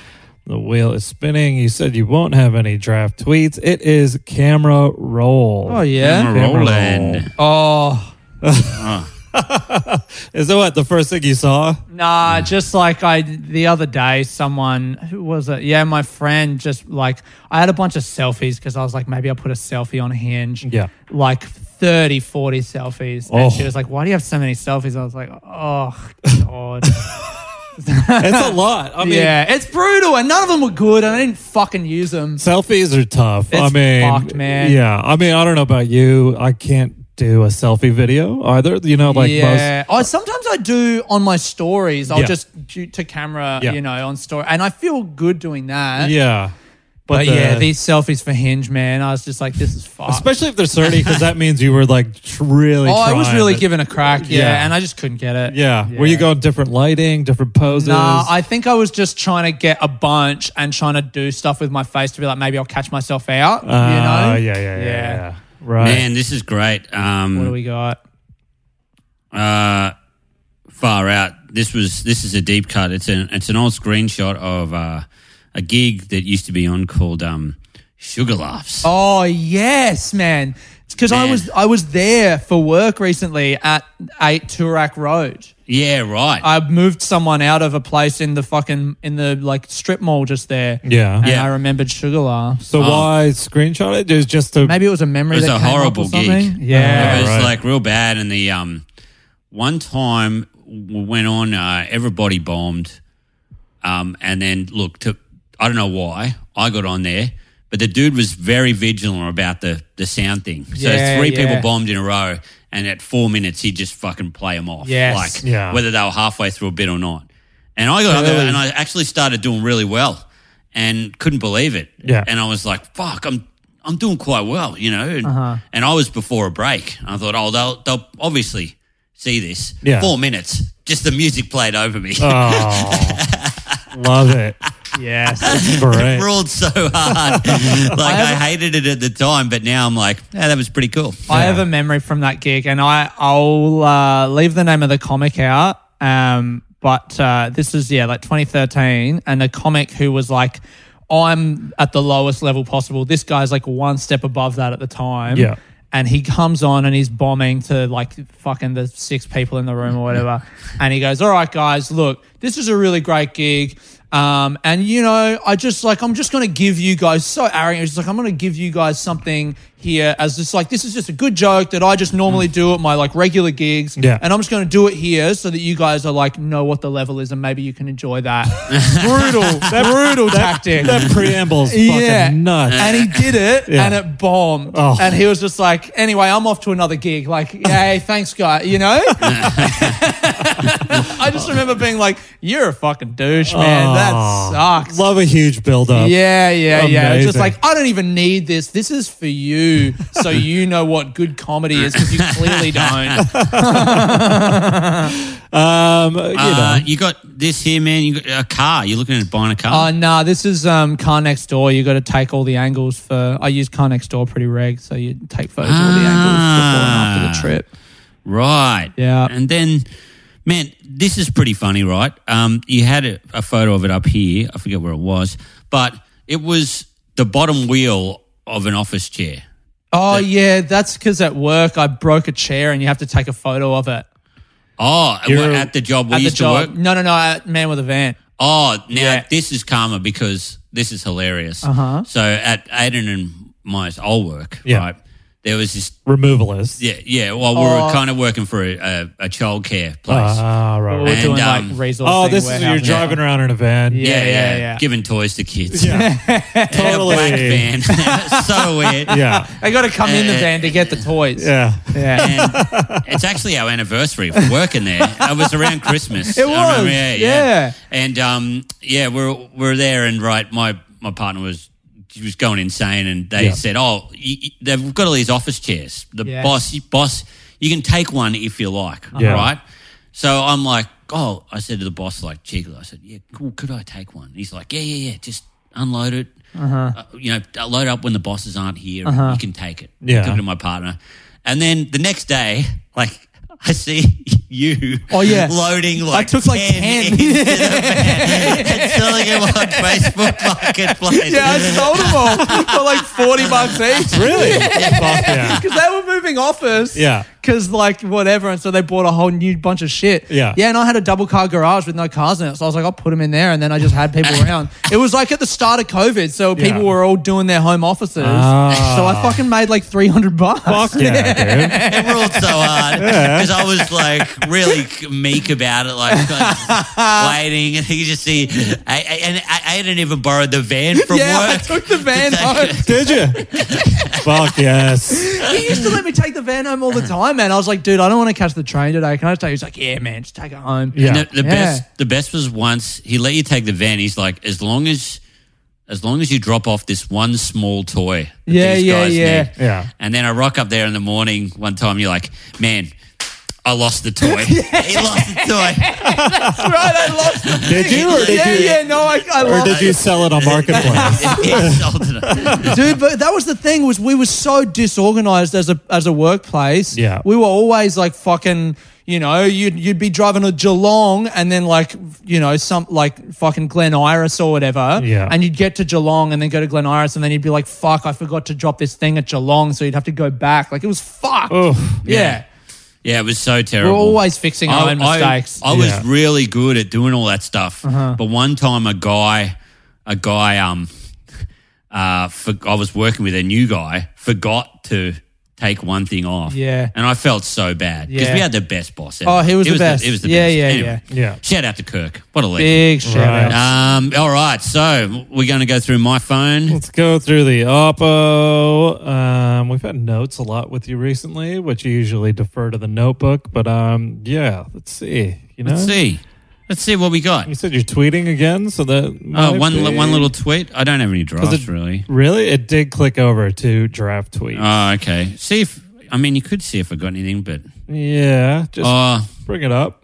Speaker 2: The wheel is spinning. You said you won't have any draft tweets. It is camera roll.
Speaker 4: Oh, yeah.
Speaker 3: Camera
Speaker 2: Camera
Speaker 3: Roland.
Speaker 2: roll.
Speaker 4: Oh,
Speaker 2: Is that what the first thing you saw?
Speaker 4: Nah, just like I the other day, someone who was it? Yeah, my friend just like I had a bunch of selfies because I was like, maybe I'll put a selfie on hinge.
Speaker 2: Yeah.
Speaker 4: Like 30, 40 selfies.
Speaker 2: Oh.
Speaker 4: And she was like, Why do you have so many selfies? I was like, Oh God.
Speaker 2: It's a lot. I mean,
Speaker 4: yeah, it's brutal. And none of them were good and I didn't fucking use them.
Speaker 2: selfies are tough. I
Speaker 4: It's
Speaker 2: mean,
Speaker 4: fucked, man.
Speaker 2: Yeah, I mean, I don't know about you. I can't do a selfie video either. You know, like most.
Speaker 4: yeah. Oh, sometimes I do on my stories. I'll
Speaker 2: Yeah.
Speaker 4: just shoot to camera,
Speaker 2: Yeah.
Speaker 4: you know, on story, and I feel good doing that.
Speaker 2: Yeah.
Speaker 4: But,
Speaker 2: the-
Speaker 4: yeah, these selfies for Hinge, man. I was just like, this is fucked.
Speaker 2: Especially if they're 30, because that means you were like tr- really.
Speaker 4: oh, I was
Speaker 2: trying
Speaker 4: really
Speaker 2: it.
Speaker 4: giving a crack. Yeah,
Speaker 2: Yeah.
Speaker 4: and I just couldn't get it.
Speaker 2: Yeah. Were you going different lighting, different poses?
Speaker 4: Nah, I think I was just trying to get a bunch and trying to do stuff with my face to be like, maybe I'll catch myself out. you
Speaker 2: Ah, yeah,
Speaker 4: know?
Speaker 2: yeah, yeah, yeah, yeah. Right.
Speaker 3: Man, this is great. Um,
Speaker 4: What do we got?
Speaker 3: uh, far out. This was this is a deep cut. It's an it's an old screenshot of uh, a gig that used to be on called um, Sugar Laughs.
Speaker 4: Oh yes, man. Because I
Speaker 3: Man.
Speaker 4: was I was there for work recently at Eight Turak Road.
Speaker 3: Yeah, right.
Speaker 2: Oh,
Speaker 4: I moved someone out of a place in the fucking in the like strip mall just there.
Speaker 2: Yeah.
Speaker 4: and
Speaker 3: Yeah.
Speaker 4: I remembered Sugar Laughs.
Speaker 2: so why screenshot it? Is just to.
Speaker 4: Maybe it was a memory.
Speaker 3: it was
Speaker 4: that
Speaker 3: a
Speaker 4: came up or
Speaker 3: horrible gig.
Speaker 4: something. Yeah.
Speaker 3: it was
Speaker 2: right.
Speaker 3: like real bad. And the um, one time we went on, uh, everybody bombed. Um, and then look, to, I don't know why I got on there, but the dude was very vigilant about the the sound thing. So
Speaker 4: Yeah,
Speaker 3: three
Speaker 4: yeah.
Speaker 3: people bombed in a row, and at four minutes he just fucking play them off,
Speaker 4: Yes.
Speaker 3: like
Speaker 2: Yeah.
Speaker 3: whether they were halfway through a bit or not. And I got on there, and I actually started doing really well, and couldn't believe it.
Speaker 2: Yeah.
Speaker 3: and I was like, "Fuck, I'm I'm doing quite well," you know. And, and I was before a break. I thought, "Oh, they'll they'll obviously see this."
Speaker 2: Yeah.
Speaker 3: Four minutes, just the music played over me.
Speaker 2: Oh, love it.
Speaker 4: Yes.
Speaker 2: It's Great.
Speaker 3: Ruled so hard, like I, hated it at the time, but now I'm like, yeah, that was pretty cool.
Speaker 4: I have a memory from that gig, and I I'll uh, leave the name of the comic out. Um, but uh, this is yeah, like 2013, and a comic who was like, I'm at the lowest level possible. This guy's like one step above that at the time.
Speaker 2: Yeah.
Speaker 4: And he comes on and he's bombing to like fucking the six people in the room or whatever. and he goes, All right, guys, look, this is a really great gig. Um, and you know, I just like I'm just gonna give you guys so arrogant. It's like I'm gonna give you guys something here as just like this is just a good joke that I just normally do at my like regular gigs.
Speaker 2: Yeah.
Speaker 4: And I'm just gonna do it here so that you guys are like know what the level is and maybe you can enjoy that. brutal, brutal tactic.
Speaker 2: That preamble's fucking nuts.
Speaker 4: And he did it
Speaker 2: Yeah.
Speaker 4: and it bombed.
Speaker 2: Oh.
Speaker 4: And he was just like, anyway, I'm off to another gig. Like, hey, thanks, guy. You know? I just remember being like, you're a fucking douche, man.
Speaker 2: Oh,
Speaker 4: that sucks.
Speaker 2: Love a huge buildup.
Speaker 4: yeah, yeah, yeah. It's just
Speaker 2: Amazing.
Speaker 4: like, I don't even need this. This is for you. So you know what good comedy is because you clearly don't.
Speaker 2: Um, you know.
Speaker 3: Uh, you got this here, man. You got a car. You're looking at buying a
Speaker 4: Oh,
Speaker 3: car.
Speaker 4: nah, this is um, Car Next Door. You got to take all the angles for. I use Car Next Door pretty reg, so you take photos of all the angles before and after
Speaker 3: Ah.
Speaker 4: the trip.
Speaker 3: right.
Speaker 4: Yeah.
Speaker 3: And then, man, this is pretty funny, right? Um, you had a, a photo of it up here. I forget where it was, but it was the bottom wheel of an office chair.
Speaker 4: Oh yeah, that's because at work I broke a chair and you have to take a photo of it.
Speaker 3: Oh, it
Speaker 2: You're-
Speaker 3: wa- at the job we
Speaker 4: at the
Speaker 3: used to
Speaker 4: job.
Speaker 3: work.
Speaker 4: No, no, no, at man with a van.
Speaker 3: Oh, now
Speaker 4: Yeah.
Speaker 3: this is karma because this is hilarious. Uh-huh. So at Aiden and my old work,
Speaker 2: Yeah.
Speaker 3: right? There was this.
Speaker 2: Removalist.
Speaker 3: Yeah, yeah. Well, we were kind of working for a, a, a childcare place.
Speaker 2: Ah, right,
Speaker 4: We're
Speaker 2: right.
Speaker 4: doing
Speaker 3: um,
Speaker 4: like resource.
Speaker 2: Oh,
Speaker 4: thing,
Speaker 2: this is you're
Speaker 4: warehouse.
Speaker 2: driving around in a van.
Speaker 4: Yeah, yeah, yeah.
Speaker 3: Giving toys to kids.
Speaker 2: Yeah.
Speaker 3: Totally. Black
Speaker 2: totally.
Speaker 3: van. so weird.
Speaker 2: Yeah.
Speaker 4: They got to come in the
Speaker 3: Uh,
Speaker 4: van to get the toys.
Speaker 2: Yeah.
Speaker 4: yeah.
Speaker 3: And it's actually our anniversary for working there. It was around Christmas.
Speaker 4: It
Speaker 3: I
Speaker 4: was, yeah.
Speaker 3: And um, yeah, we're we're there, and right, my my partner was she was going insane, and they
Speaker 2: Yeah.
Speaker 3: said, "Oh, you, you- they've got all these office chairs. The
Speaker 4: Yes.
Speaker 3: boss, boss, you can take one if you like,
Speaker 2: Yeah.
Speaker 3: right?" So I'm like, "Oh," I said to the boss, like cheekily, I said, "Yeah, cool, could I take one?" He's like, "Yeah, yeah, yeah, just." Unload it,
Speaker 4: Uh-huh.
Speaker 3: uh, you know. Load up when the bosses aren't here. and You can take it.
Speaker 2: Yeah.
Speaker 3: Give it to my partner. And then the next day, like I see you
Speaker 4: Oh, yeah.
Speaker 3: loading like
Speaker 4: took, like, 10.
Speaker 3: into the van and selling them on Facebook Marketplace.
Speaker 4: Yeah, I sold them all for like forty bucks each.
Speaker 2: Really? Fuck yeah.
Speaker 4: Because they were moving office.
Speaker 2: Yeah.
Speaker 4: Because, like, whatever. And so they bought a whole new bunch of shit.
Speaker 2: Yeah.
Speaker 4: Yeah. And I had a double car garage with no cars in it. So I was like, I'll put them in there. And then I just had people around. It was like at the start of COVID. So people
Speaker 2: Yeah.
Speaker 4: were all doing their home offices.
Speaker 2: Ah.
Speaker 4: So I fucking made like 300 bucks.
Speaker 2: Fuck yeah, dude.
Speaker 3: It ruled so hard because I was like really meek about it, like waiting, and you just see, I, I, and I, I didn't even borrow the van from
Speaker 4: Yeah, I
Speaker 3: work.
Speaker 4: took the van
Speaker 3: It's
Speaker 4: home.
Speaker 3: like-
Speaker 2: Did you? Fuck yes.
Speaker 4: He used to let me take the van home all the time, man. I was like, dude, I don't want to catch the train today. Can I just take? He's like, yeah, man, just take it home.
Speaker 2: Yeah.
Speaker 3: And the, the
Speaker 4: Yeah.
Speaker 3: best the best was once he let you take the van. He's like, as long as as long as you drop off this one small toy. That
Speaker 4: Yeah,
Speaker 3: these
Speaker 4: yeah,
Speaker 3: guys
Speaker 4: yeah.
Speaker 3: Need.
Speaker 2: Yeah.
Speaker 3: And then I rock up there in the morning one time. You're like, man, I lost the toy. he lost the toy.
Speaker 4: That's right. I lost the
Speaker 2: Did
Speaker 4: thing.
Speaker 2: you or did
Speaker 4: yeah,
Speaker 2: you-
Speaker 4: Yeah, no, I, I
Speaker 2: Or
Speaker 4: lost
Speaker 2: did you sell it on Marketplace?
Speaker 3: He sold it.
Speaker 4: dude. But that was the thing was we were so disorganized as a as a workplace.
Speaker 2: Yeah.
Speaker 4: we were always like fucking. You know, you'd you'd be driving to Geelong and then like you know some like fucking Glen Iris or whatever.
Speaker 2: Yeah.
Speaker 4: and you'd get to Geelong and then go to Glen Iris and then you'd be like, fuck, I forgot to drop this thing at Geelong, so you'd have to go back. Like it was fucked.
Speaker 2: Oof.
Speaker 4: Yeah.
Speaker 3: Yeah, it was so
Speaker 4: We're
Speaker 3: terrible.
Speaker 4: always fixing our own mistakes. Uh-huh.
Speaker 3: I, was
Speaker 2: Yeah.
Speaker 3: really good at doing all that stuff, but one time a guy, a guy, um, uh, for, I was working with a new guy, forgot to take one thing off.
Speaker 4: Yeah.
Speaker 3: and I felt so bad because
Speaker 4: Yeah.
Speaker 3: we had the best boss. Ever.
Speaker 4: Oh, he was the best.
Speaker 3: It was the
Speaker 4: Yeah,
Speaker 3: best.
Speaker 4: yeah,
Speaker 3: Anyway,
Speaker 2: yeah.
Speaker 3: Shout out to Kirk. What a legend.
Speaker 4: Big shout
Speaker 2: Right.
Speaker 4: out.
Speaker 3: Um, all right, so we're going to go through my phone.
Speaker 2: Let's go through the Oppo. Um, we've had notes a lot with you recently, which you usually defer to the notebook. But um, yeah, let's see. You know,
Speaker 3: Let's see. Let's see what we got.
Speaker 2: you said you're tweeting again, so that
Speaker 3: Uh,
Speaker 2: might
Speaker 3: one
Speaker 2: be-
Speaker 3: li- one little tweet. I don't have any drafts
Speaker 2: it-
Speaker 3: really.
Speaker 2: Really, it did click over to draft tweet.
Speaker 3: Oh, okay. See if I mean you could see if I got anything, but
Speaker 2: yeah, just
Speaker 3: oh,
Speaker 2: bring it up.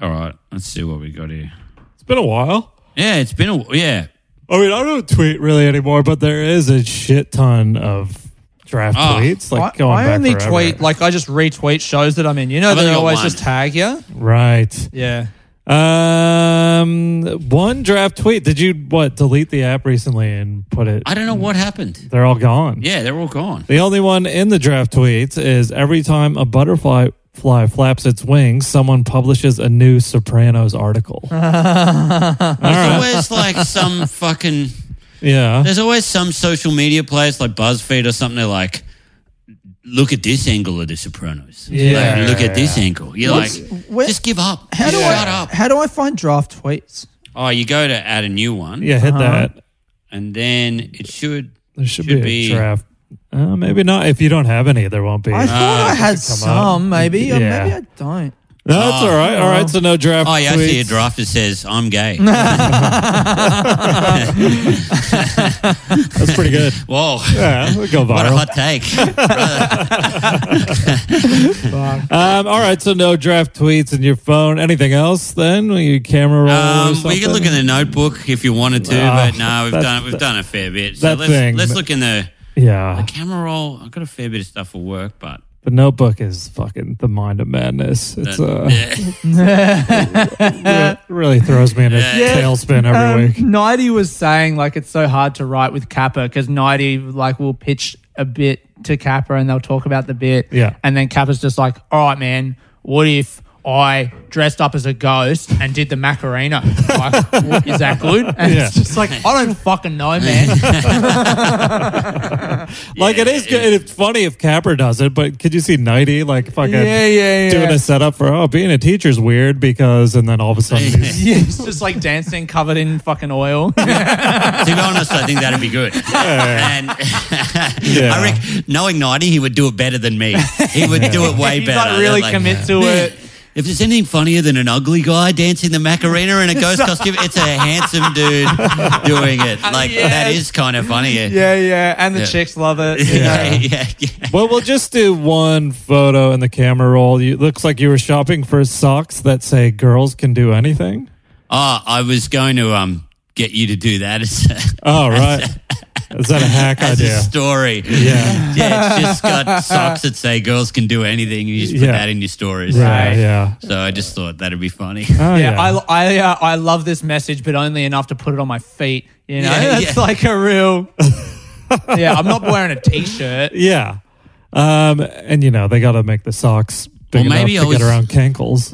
Speaker 3: all right. Let's see what we got here.
Speaker 2: It's been a while.
Speaker 3: Yeah, it's been a yeah.
Speaker 2: I mean, I don't tweet really anymore, but there is a shit ton of draft
Speaker 3: Oh,
Speaker 2: tweets. Like
Speaker 4: I,
Speaker 2: going
Speaker 4: I
Speaker 2: back
Speaker 4: only
Speaker 2: forever.
Speaker 4: tweet like I just retweet shows that I'm in. You know,
Speaker 3: I've only
Speaker 4: they
Speaker 3: got
Speaker 4: always
Speaker 3: one.
Speaker 4: just tag you.
Speaker 2: right.
Speaker 4: Yeah.
Speaker 2: Um, one draft tweet. Did you what delete the app recently and put it?
Speaker 3: I don't know what happened.
Speaker 2: They're all gone.
Speaker 3: Yeah, they're all gone.
Speaker 2: The only one in the draft tweets is every time a butterfly fly flaps its wings, someone publishes a new Sopranos article. all
Speaker 3: There's
Speaker 2: right.
Speaker 3: always like some fucking.
Speaker 2: Yeah.
Speaker 3: There's always some social media place like BuzzFeed or something. They're like, look at this angle of The Sopranos.
Speaker 2: Yeah.
Speaker 3: Like, look at this angle. You're
Speaker 4: What's-
Speaker 3: like,
Speaker 4: where-
Speaker 3: just give up.
Speaker 4: How do
Speaker 3: Shut
Speaker 4: I?
Speaker 3: up.
Speaker 4: How do I find draft tweets?
Speaker 3: Oh, you go to add a new one,
Speaker 2: Yeah. Hit that.
Speaker 3: and then it should.
Speaker 2: There should,
Speaker 3: Should
Speaker 2: be a
Speaker 3: be-
Speaker 2: draft. Uh, maybe not. If you don't have any, there won't be.
Speaker 4: I thought I had some, maybe. or
Speaker 2: Yeah.
Speaker 4: Maybe I don't.
Speaker 2: no, that's all right. All right. So no draft.
Speaker 3: Oh, yeah, I see a
Speaker 2: tweets.
Speaker 3: draft that says I'm gay.
Speaker 2: That's pretty good.
Speaker 3: Whoa,
Speaker 2: Yeah, we go viral.
Speaker 3: what a hot take.
Speaker 2: Um, all right, so no draft tweets in your phone. Anything else then? Will you camera roll? or
Speaker 3: Um,
Speaker 2: something?
Speaker 3: we could look in the notebook if you wanted to,
Speaker 2: Ah,
Speaker 3: but no, we've
Speaker 2: that-
Speaker 3: done we've done a fair bit. So
Speaker 2: that
Speaker 3: let's
Speaker 2: thing.
Speaker 3: let's look in the
Speaker 2: yeah.
Speaker 3: camera roll. I've got a fair bit of stuff for work, but
Speaker 2: The Notebook is fucking the mind of madness. It's uh, re- really throws me in a tailspin every
Speaker 4: Um,
Speaker 2: week.
Speaker 4: Nighty was saying like it's so hard to write with Kappa because Nighty like will pitch a bit to Kappa and they'll talk about the bit.
Speaker 2: Yeah.
Speaker 4: And then Kappa's just like, all right, man, what if I dressed up as a ghost and did the Macarena? Like, what- is that good? And it's
Speaker 2: Yeah.
Speaker 4: just like, I don't fucking know, man.
Speaker 2: like it is good. It's funny if Capper does it, but could you see Nighty like fucking
Speaker 4: Yeah, yeah,
Speaker 2: doing
Speaker 4: yeah.
Speaker 2: a setup for oh being a teacher's weird because and then all of a sudden he's,
Speaker 4: yeah, it's just like dancing covered in fucking oil.
Speaker 3: to be honest, I think that'd be good. And
Speaker 2: Yeah.
Speaker 3: I reckon, knowing Nighty, he would do it better than me. He would do it way
Speaker 4: He'd, like,
Speaker 3: better.
Speaker 4: really
Speaker 3: They're
Speaker 4: commit to
Speaker 3: "Man,
Speaker 4: it."
Speaker 3: If there's anything funnier than an ugly guy dancing the Macarena in a ghost costume, it's a handsome dude doing it. Like,
Speaker 4: yeah.
Speaker 3: that is kind of funnier.
Speaker 4: yeah, yeah. And the
Speaker 3: Yeah.
Speaker 4: chicks love it. you know.
Speaker 3: yeah, yeah, yeah.
Speaker 2: Well, we'll just do one photo in the camera roll. You looks like you were shopping for socks that say girls can do anything.
Speaker 3: Oh, I was going to um get you to do that as a,
Speaker 2: Oh, right. Is that a hack
Speaker 3: as
Speaker 2: idea?
Speaker 3: a story.
Speaker 2: Yeah.
Speaker 3: Yeah, it's just got socks that say girls can do anything. You just put
Speaker 2: Yeah.
Speaker 3: that in your stories.
Speaker 2: Yeah,
Speaker 4: Right.
Speaker 2: yeah.
Speaker 3: So I just thought that'd be funny.
Speaker 2: Oh,
Speaker 4: yeah, I, I, uh, I love this message, but only enough to put it on my feet. You know,
Speaker 3: Yeah,
Speaker 4: it's
Speaker 3: yeah.
Speaker 4: like a real. yeah, I'm not wearing a t-shirt.
Speaker 2: yeah. Um, and you know they got to make the socks big
Speaker 3: Well,
Speaker 2: enough
Speaker 3: maybe
Speaker 2: to
Speaker 3: I was-
Speaker 2: get around cankles.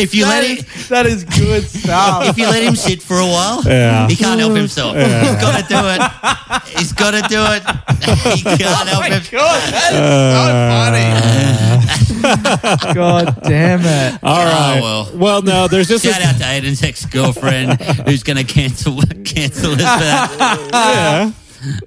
Speaker 3: If you
Speaker 4: That
Speaker 3: let him,
Speaker 4: is, that is good stuff.
Speaker 3: if you let him sit for a while,
Speaker 2: Yeah.
Speaker 3: he can't help himself. He's got to do it. He's got to do
Speaker 2: Oh
Speaker 3: it. he can't help himself. Uh,
Speaker 4: God, that is so funny. God damn it.
Speaker 2: All right.
Speaker 3: well.
Speaker 2: well, no, there's just
Speaker 3: Shout out to Aiden's ex girlfriend who's going to cancel cancel us for that.
Speaker 2: yeah.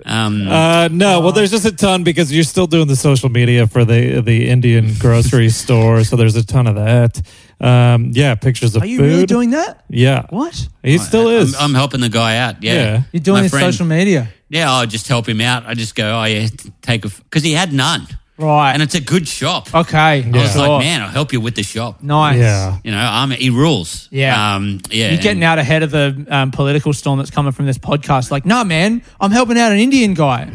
Speaker 3: Um,
Speaker 2: Uh, no, well, there's just a ton because you're still doing the social media for the the Indian grocery store, so there's a ton of that. Um, yeah, pictures of
Speaker 4: Are you
Speaker 2: food.
Speaker 4: really doing that?
Speaker 2: Yeah,
Speaker 4: What?
Speaker 2: he still is.
Speaker 3: I'm, I'm helping the guy out. Yeah.
Speaker 2: Yeah.
Speaker 4: You're doing
Speaker 3: My
Speaker 4: this
Speaker 3: friend-
Speaker 4: social media.
Speaker 3: Yeah, I just help him out. I just go, oh yeah, t- take a because he had none,
Speaker 4: Right.
Speaker 3: and it's a good shop.
Speaker 4: okay.
Speaker 3: I was
Speaker 2: Yeah.
Speaker 4: Oh.
Speaker 3: like, man, I'll help you with the shop.
Speaker 4: Nice.
Speaker 2: yeah,
Speaker 3: You know, I'm he rules.
Speaker 4: Yeah.
Speaker 3: um, yeah.
Speaker 4: You're getting out ahead of the um, political storm that's coming from this podcast. Like, nah, man, I'm helping out an Indian guy.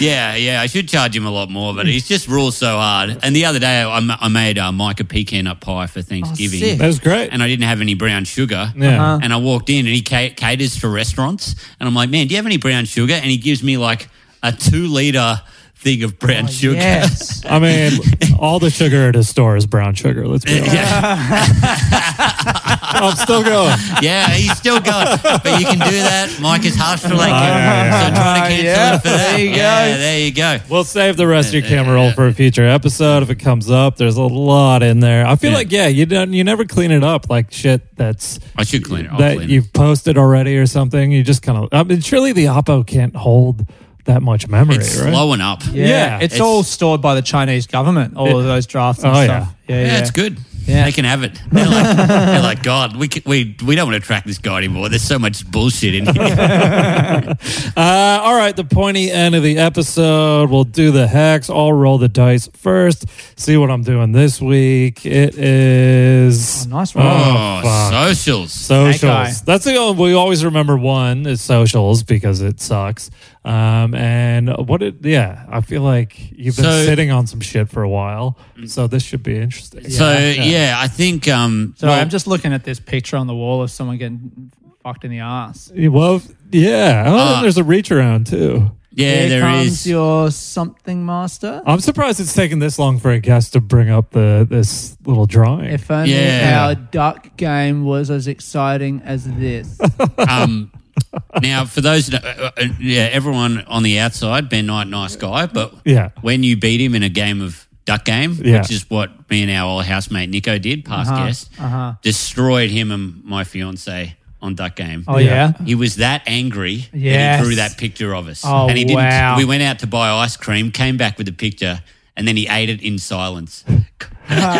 Speaker 3: Yeah, yeah. I should charge him a lot more, but he's just rules so hard. And the other day, I, I made uh, Mike a pecan nut pie for Thanksgiving,
Speaker 4: Oh, sick.
Speaker 2: that was great.
Speaker 3: and I didn't have any brown sugar.
Speaker 2: yeah,
Speaker 4: Uh-huh.
Speaker 3: And I walked in, and he ca- caters for restaurants, and I'm like, man, do you have any brown sugar? And he gives me like a two liter thing of brown sugar.
Speaker 4: Oh, Yes.
Speaker 2: I mean, all the sugar at his store is brown sugar. Let's be honest.
Speaker 3: yeah.
Speaker 2: I'm still going.
Speaker 3: Yeah, he's still going. But you can do that. Mike is half for like
Speaker 2: Oh, yeah,
Speaker 3: So trying to cancel
Speaker 4: Yeah,
Speaker 3: it for that.
Speaker 4: there you
Speaker 3: yeah,
Speaker 4: go.
Speaker 3: there you go.
Speaker 2: We'll save the rest of your camera roll for a future episode if it comes up. There's a lot in there. I feel
Speaker 3: Yeah.
Speaker 2: like yeah, you don't you never clean it up like shit that's
Speaker 3: I should clean it. I'll
Speaker 2: that
Speaker 3: clean it.
Speaker 2: you've posted already or something. You just kind of I mean surely the oppo can't hold that much memory,
Speaker 3: It's
Speaker 2: right?
Speaker 3: slowing up.
Speaker 4: Yeah.
Speaker 2: Yeah.
Speaker 4: It's,
Speaker 3: It's-
Speaker 4: all stored by the Chinese government, all of those drafts and
Speaker 2: Oh,
Speaker 4: stuff. Yeah. Yeah,
Speaker 3: Yeah, it's good.
Speaker 4: Yeah.
Speaker 3: They can have it. They're like, they're like, God, we, can, we we don't want to track this guy anymore. There's so much bullshit in here.
Speaker 2: Uh, all right, the pointy end of the episode. We'll do the hacks. I'll roll the dice first. See what I'm doing this week. It is
Speaker 4: Oh, nice roll.
Speaker 2: Oh,
Speaker 3: Oh,
Speaker 2: fuck.
Speaker 3: socials.
Speaker 2: Socials.
Speaker 4: Okay.
Speaker 2: That's the only we always remember one is socials because it sucks. Um, and what did yeah, I feel like you've been
Speaker 3: So- Mm.
Speaker 2: sitting on some shit for a while, so this should be interesting.
Speaker 3: so yeah. I think um,
Speaker 4: So
Speaker 3: well,
Speaker 4: I'm just looking at this picture on the wall of someone getting fucked in the ass.
Speaker 2: Yeah. Well, yeah. Oh,
Speaker 3: Uh,
Speaker 2: there's a reach around too.
Speaker 3: yeah,
Speaker 4: Here
Speaker 3: there
Speaker 4: comes
Speaker 3: is. Oh,
Speaker 4: your something master.
Speaker 2: I'm surprised it's taken this long for a guest to bring up the this little drawing.
Speaker 4: If only
Speaker 3: Yeah.
Speaker 4: our duck game was as exciting as this.
Speaker 3: um, now, for those, that, uh, uh, yeah, everyone on the outside, Ben Knight, nice guy, but
Speaker 2: yeah.
Speaker 3: when you beat him in a game of duck game,
Speaker 2: Yeah.
Speaker 3: which is what me and our old housemate Nico did, past guest,
Speaker 4: uh-huh.
Speaker 3: destroyed him and my fiance on duck game.
Speaker 4: Oh yeah.
Speaker 3: He was that angry that
Speaker 4: Yes.
Speaker 3: he drew that picture of us.
Speaker 4: Oh,
Speaker 3: and he
Speaker 4: wow.
Speaker 3: We went out to buy ice cream, came back with a picture, and then he ate it in silence.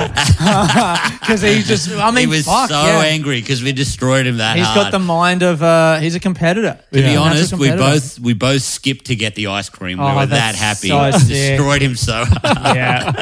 Speaker 4: Because he just, I mean,
Speaker 3: he was
Speaker 4: fuck,
Speaker 3: so
Speaker 4: yeah.
Speaker 3: angry because we destroyed him that
Speaker 4: He's
Speaker 3: hard.
Speaker 4: got the mind of uh, he's a
Speaker 2: To
Speaker 4: competitor.
Speaker 3: to be
Speaker 2: Yeah.
Speaker 3: honest, we both we both skipped to get the ice cream.
Speaker 4: Oh,
Speaker 3: we were that
Speaker 4: that's
Speaker 3: happy.
Speaker 4: so sick.
Speaker 3: Destroyed him so hard.
Speaker 4: Yeah,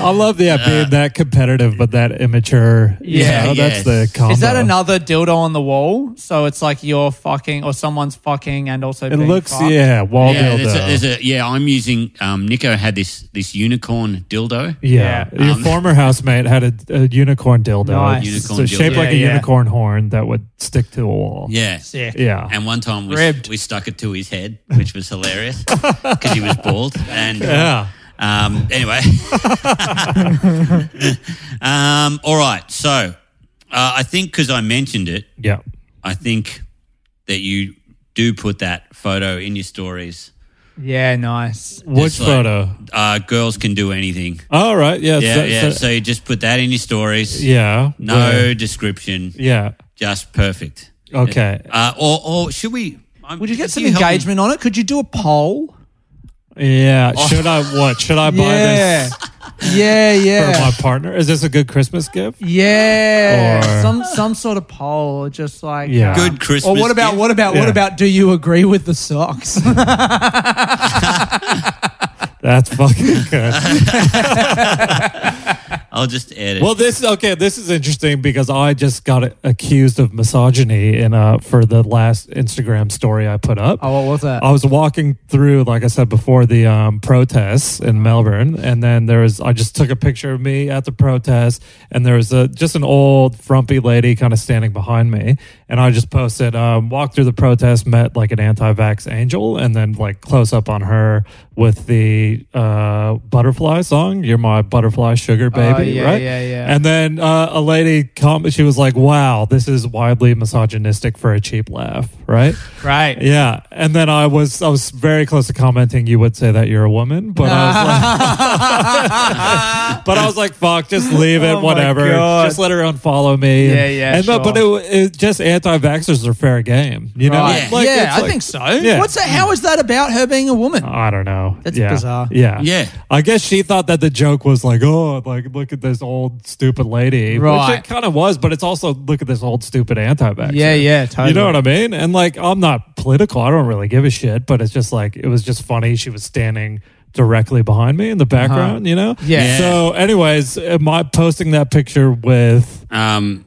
Speaker 2: I love yeah being
Speaker 3: Uh,
Speaker 2: that competitive but that immature. you
Speaker 4: Yeah,
Speaker 2: know, that's
Speaker 3: yes.
Speaker 2: the combo.
Speaker 4: is that another dildo on the wall? So it's like you're fucking or someone's fucking and also
Speaker 2: It
Speaker 4: being
Speaker 2: looks
Speaker 4: fucked?
Speaker 2: yeah wall dildo.
Speaker 3: yeah, there's a, there's a yeah. I'm using. Um, Nico had this this unicorn dildo.
Speaker 2: Yeah,
Speaker 4: Yeah.
Speaker 2: your
Speaker 3: Um,
Speaker 2: former housemate had a, a unicorn dildo.
Speaker 4: Nice.
Speaker 2: It's
Speaker 3: Unicorn dildo.
Speaker 2: shaped like a
Speaker 4: Yeah, yeah.
Speaker 2: unicorn horn that would stick to a wall.
Speaker 3: Yeah,
Speaker 4: sick.
Speaker 2: yeah.
Speaker 3: And one time we
Speaker 4: Ribbed.
Speaker 3: we stuck it to his head, which was hilarious because he was bald. And
Speaker 2: Yeah.
Speaker 3: Um, anyway, um, all right. So uh, I think because I mentioned it,
Speaker 2: yeah.
Speaker 3: I think that you do put that photo in your stories.
Speaker 4: Yeah, nice.
Speaker 2: Which
Speaker 3: like-
Speaker 2: photo?
Speaker 3: Uh, girls can do anything.
Speaker 2: All right. Yeah.
Speaker 3: Yeah,
Speaker 2: so-
Speaker 3: yeah.
Speaker 2: so-
Speaker 3: So you just put that in your stories.
Speaker 2: yeah.
Speaker 3: No
Speaker 2: where-
Speaker 3: description,
Speaker 2: Yeah.
Speaker 3: just perfect.
Speaker 2: Okay.
Speaker 3: Uh, or, or should we? I'm-
Speaker 4: Would you get
Speaker 3: can
Speaker 4: some
Speaker 3: help me?
Speaker 4: engagement on it? Could you do a poll?
Speaker 2: Yeah.
Speaker 3: Oh.
Speaker 2: Should I what? Should I buy
Speaker 4: yeah.
Speaker 2: this
Speaker 4: yeah,
Speaker 2: for
Speaker 4: yeah,
Speaker 2: my partner? Is this a good Christmas gift?
Speaker 4: yeah.
Speaker 2: Or-
Speaker 4: some some sort of poll, or just like
Speaker 2: Yeah.
Speaker 4: uh,
Speaker 2: Good
Speaker 3: Good Christmas.
Speaker 4: Or what about
Speaker 3: gift?
Speaker 4: what about what
Speaker 2: Yeah.
Speaker 4: about? Do you agree with the socks?
Speaker 2: That's fucking good.
Speaker 3: I'll just edit.
Speaker 2: well, this okay. This is interesting because I just got accused of misogyny in uh for the last Instagram story I put up.
Speaker 4: oh, what was that?
Speaker 2: I was walking through, like I said before, the um, protests
Speaker 4: Uh-huh.
Speaker 2: in Melbourne, and then there was. I just took a picture of me at the protest, and there was a just an old frumpy lady kind of standing behind me, and I just posted, um, walked through the protest, met like an anti-vax angel, and then like close up on her with the uh, butterfly song. You're my butterfly sugar baby,
Speaker 4: Uh, yeah,
Speaker 2: right?
Speaker 4: yeah, yeah.
Speaker 2: And then uh, a lady com She was like, "Wow, this is widely misogynistic for a cheap laugh," right?
Speaker 4: Right.
Speaker 2: Yeah. And then I was I was very close to commenting. You would say that you're a woman, but I was like. but I was like, fuck, just leave it,
Speaker 4: Oh my
Speaker 2: whatever.
Speaker 4: God.
Speaker 2: Just let her unfollow me.
Speaker 4: Yeah, yeah,
Speaker 2: And, But, but it, it just anti vaxxers are fair game. You know?
Speaker 4: Right.
Speaker 3: Yeah. Like,
Speaker 4: yeah,
Speaker 2: it's
Speaker 4: I
Speaker 2: like-
Speaker 4: think so.
Speaker 2: yeah.
Speaker 4: What's that? How is that about her being a woman?
Speaker 2: I don't know.
Speaker 4: That's
Speaker 2: yeah.
Speaker 4: bizarre.
Speaker 2: Yeah.
Speaker 3: Yeah.
Speaker 2: I guess she thought that the joke was like, oh, like, look at this old stupid lady. Which
Speaker 4: Right.
Speaker 2: it kind of was, but it's also, look at this old stupid anti vaxxer.
Speaker 4: yeah, yeah, totally.
Speaker 2: You know what I mean? And like, I'm not political. I don't really give a shit, but it's just like, it was just funny. She was standing directly behind me in the background, you know?
Speaker 4: Uh-huh. Yeah.
Speaker 2: So, anyways, my posting that picture with.
Speaker 3: Um,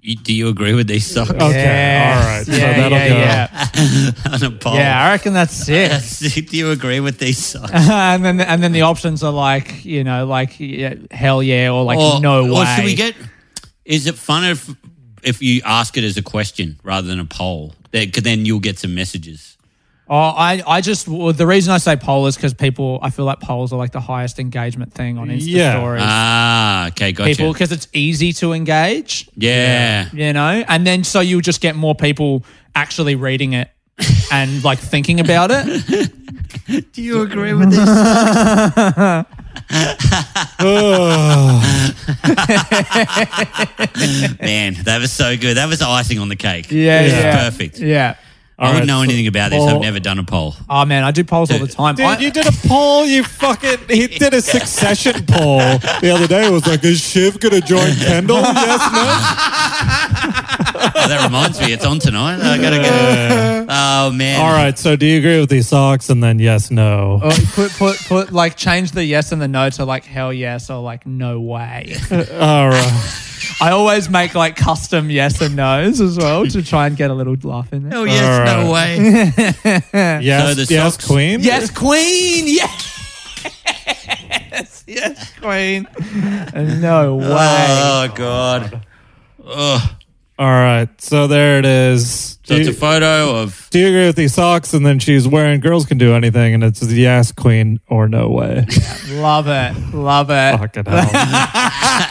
Speaker 3: you, do you agree with these songs?
Speaker 2: Okay.
Speaker 4: Yes.
Speaker 2: All right. so
Speaker 4: Yeah,
Speaker 2: that'll
Speaker 4: yeah,
Speaker 2: go. Oh.
Speaker 4: yeah.
Speaker 3: On a poll.
Speaker 4: yeah, I reckon that's it.
Speaker 3: do you agree with these songs?
Speaker 4: and then and then the options are like you know like yeah, hell yeah or like no way.
Speaker 3: Or should we get? Is it fun if if you ask it as a question rather than a poll? Then, 'cause then you'll get some messages.
Speaker 4: oh, I I just well, the reason I say poll is because people I feel like polls are like the highest engagement thing on Insta
Speaker 2: Yeah.
Speaker 4: stories.
Speaker 3: Ah, okay, gotcha.
Speaker 4: people because it's easy to engage,
Speaker 3: yeah.
Speaker 4: you know, and then so you'll just get more people actually reading it and like thinking about it.
Speaker 3: Do you agree with this? Man, that was so good. That was the icing on the cake.
Speaker 4: Yeah,
Speaker 3: This is
Speaker 4: yeah.
Speaker 3: perfect.
Speaker 4: yeah.
Speaker 3: I
Speaker 2: All
Speaker 3: wouldn't
Speaker 2: right,
Speaker 3: know
Speaker 2: so-
Speaker 3: anything about this.
Speaker 2: well-
Speaker 3: I've never done a poll.
Speaker 4: Oh man, I do polls all the time.
Speaker 2: Dude,
Speaker 4: I-
Speaker 2: you did a poll. You fucking. He did a succession poll the other day. It was like, is Shiv going to join Kendall? Yes, no.
Speaker 3: Oh, that reminds me, it's on tonight. I gotta go. Oh man!
Speaker 2: All right. So, do you agree with these socks? And then, yes, no.
Speaker 4: Or Oh, put put put like change the yes and the no to like hell yes or like no way.
Speaker 2: All right.
Speaker 4: I always make like custom yes and nos as well to try and get a little laugh in there.
Speaker 3: Oh yes,
Speaker 2: All
Speaker 3: no way.
Speaker 2: Yes,
Speaker 3: So the
Speaker 2: yes,
Speaker 3: socks-
Speaker 2: Queen.
Speaker 4: Yes, queen. Yes. Yes, queen. No way.
Speaker 3: Oh god. Ugh.
Speaker 2: All right. So there it is. do,
Speaker 3: So it's
Speaker 2: you,
Speaker 3: a photo of
Speaker 2: do you agree with these socks? And then she's wearing girls can do anything, and it's the yes queen or no way.
Speaker 4: Love it. Love it.
Speaker 2: Fucking hell.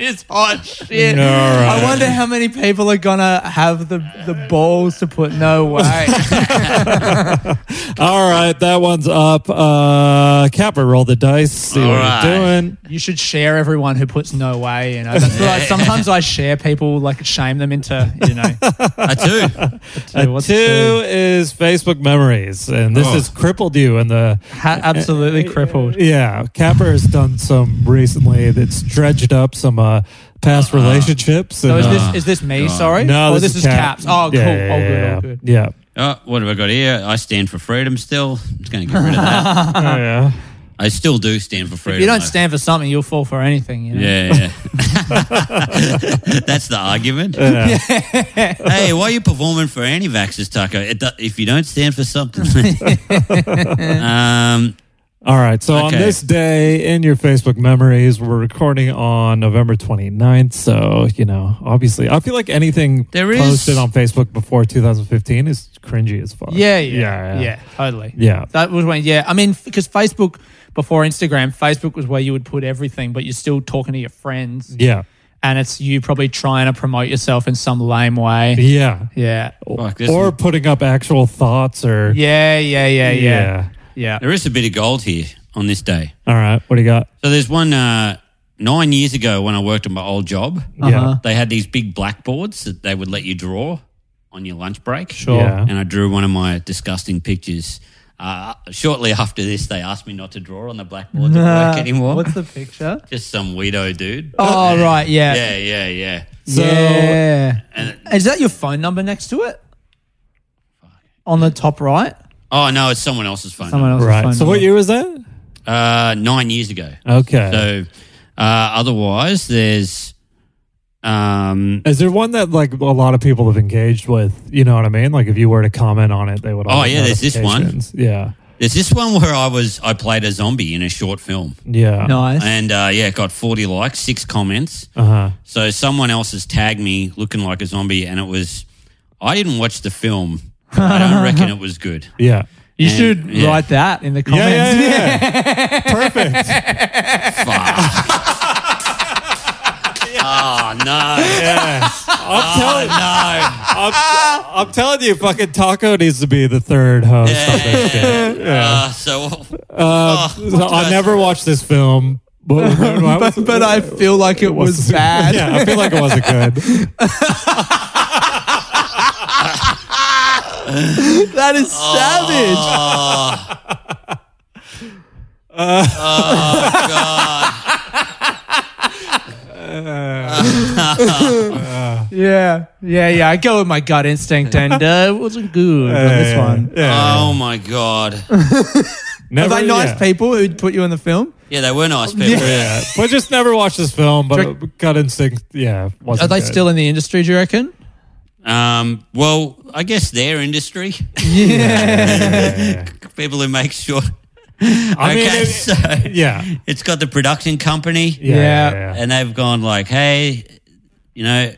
Speaker 4: It's hot shit.
Speaker 2: All right.
Speaker 4: I wonder how many people are gonna have the, the balls to put no way.
Speaker 2: All right. That one's up. Uh, Capper, roll the dice. See
Speaker 3: All
Speaker 2: what
Speaker 3: right.
Speaker 2: you're doing.
Speaker 4: you should share everyone who puts no way, you know. That's what I, sometimes I share people, like shame them into, you know.
Speaker 3: a two.
Speaker 4: to- what's
Speaker 2: Two is Facebook memories, and this
Speaker 3: Oh.
Speaker 2: has crippled you. And the
Speaker 4: Ha- absolutely crippled.
Speaker 2: yeah, Capper has done some recently that's dredged up some uh, past
Speaker 3: Uh-huh.
Speaker 2: relationships. and,
Speaker 4: So Oh, is
Speaker 2: uh,
Speaker 4: this is this me?
Speaker 3: God.
Speaker 4: Sorry,
Speaker 2: no,
Speaker 4: Oh,
Speaker 2: this, is Cap.
Speaker 4: caps. Oh, cool.
Speaker 2: Yeah,
Speaker 4: oh, good.
Speaker 2: yeah,
Speaker 4: Oh, good.
Speaker 2: yeah.
Speaker 3: Oh, what have I got here? I stand for freedom still. I'm just gonna get rid of that.
Speaker 2: Oh,
Speaker 4: Uh-huh.
Speaker 2: yeah.
Speaker 3: I still do stand for freedom.
Speaker 4: If you don't
Speaker 3: though.
Speaker 4: stand for something, you'll fall for anything. You know?
Speaker 3: Yeah, yeah. That's the argument.
Speaker 2: Yeah.
Speaker 3: Hey, why are you performing for anti-vaxxers, Taco? It do- if you don't stand for something, um,
Speaker 2: All right. So on
Speaker 3: Okay.
Speaker 2: this day in your Facebook memories, we're recording on November 29th. So, you know, obviously, I feel like anything
Speaker 3: There is-
Speaker 2: posted on Facebook before 2015 is cringy as fuck.
Speaker 4: Yeah, yeah, yeah, totally.
Speaker 2: Yeah.
Speaker 4: That was when. Yeah, I mean, because Facebook before Instagram, Facebook was where you would put everything, but you're still talking to your friends,
Speaker 2: Yeah.
Speaker 4: and it's you probably trying to promote yourself in some lame way.
Speaker 2: Yeah.
Speaker 4: Yeah,
Speaker 3: fuck, this
Speaker 2: or putting up actual thoughts or.
Speaker 4: yeah, yeah, yeah, yeah, yeah.
Speaker 3: there is a bit of gold here on this day.
Speaker 2: All right. What do you got?
Speaker 3: So there's one uh, nine years ago when I worked at my old job.
Speaker 4: Oh, Uh-huh.
Speaker 2: Yeah.
Speaker 3: They had these big blackboards that they would let you draw on your lunch break.
Speaker 4: Sure.
Speaker 2: Yeah.
Speaker 3: and I drew one of my disgusting pictures. Uh, shortly after this, they asked me not to draw on the blackboards at work anymore.
Speaker 4: What's the picture?
Speaker 3: Just some weirdo dude.
Speaker 4: Oh right, yeah,
Speaker 3: Yeah, yeah, yeah.
Speaker 2: So-
Speaker 4: yeah.
Speaker 3: And
Speaker 4: Is that your phone number next to it? On the top right?
Speaker 3: oh no, it's someone else's phone.
Speaker 4: Someone else's phone
Speaker 2: Right. So,
Speaker 4: number.
Speaker 2: what year was that?
Speaker 3: Uh, nine years ago.
Speaker 2: Okay.
Speaker 3: So, uh, otherwise, there's um.
Speaker 2: Is there one that like a lot of people have engaged with? You know what I mean? Like if you were to comment on it, they would. all
Speaker 3: Oh,
Speaker 2: get
Speaker 3: yeah, there's this one.
Speaker 2: notifications. Yeah,
Speaker 3: There's this one where I was I played a zombie in a short film,
Speaker 2: yeah.
Speaker 4: Nice.
Speaker 3: and uh, yeah, it got 40 likes, six comments.
Speaker 4: Uh-huh.
Speaker 2: Uh huh.
Speaker 3: So someone else has tagged me looking like a zombie, and it was. I didn't watch the film. but I don't reckon it was good.
Speaker 2: Yeah.
Speaker 4: You
Speaker 3: And-
Speaker 4: should
Speaker 3: yeah.
Speaker 4: write that in the
Speaker 2: Yeah,
Speaker 4: comments.
Speaker 2: yeah, yeah. Perfect.
Speaker 3: Fuck.
Speaker 2: Ah,
Speaker 3: oh no.
Speaker 2: Yeah. I'm
Speaker 3: Ah.
Speaker 2: telling
Speaker 3: No.
Speaker 2: I'm, I'm telling you, fucking Taco needs to be the third host. on this shit. Yeah.
Speaker 3: Uh, so
Speaker 2: Uh,
Speaker 3: oh,
Speaker 2: so I never watched this film, but,
Speaker 4: But, but I feel like it was, bad.
Speaker 2: Yeah, I feel like it wasn't good.
Speaker 4: that is savage. Ah.
Speaker 2: Uh,
Speaker 4: yeah, yeah, yeah. I go with my gut instinct, and uh, it wasn't good on this
Speaker 2: Yeah,
Speaker 4: one.
Speaker 2: Yeah.
Speaker 3: oh my god.
Speaker 2: never,
Speaker 4: Are they nice
Speaker 2: yeah.
Speaker 4: people who'd put you in the film?
Speaker 3: Yeah, they were nice people. Yeah.
Speaker 2: Yeah, but just never watched this film.
Speaker 4: Drink-
Speaker 2: But Gut Instinct, yeah,
Speaker 4: Are
Speaker 2: wasn't
Speaker 4: they
Speaker 2: good.
Speaker 4: still in the industry? Do you reckon?
Speaker 3: Um, well, I guess their industry,
Speaker 2: Yeah,
Speaker 3: people who make sure.
Speaker 2: I mean,
Speaker 3: okay,
Speaker 2: it-
Speaker 3: so
Speaker 2: yeah, yeah,
Speaker 3: it's got the production company,
Speaker 2: yeah,
Speaker 4: Yeah.
Speaker 2: yeah, yeah.
Speaker 3: and they've gone like, hey, you know,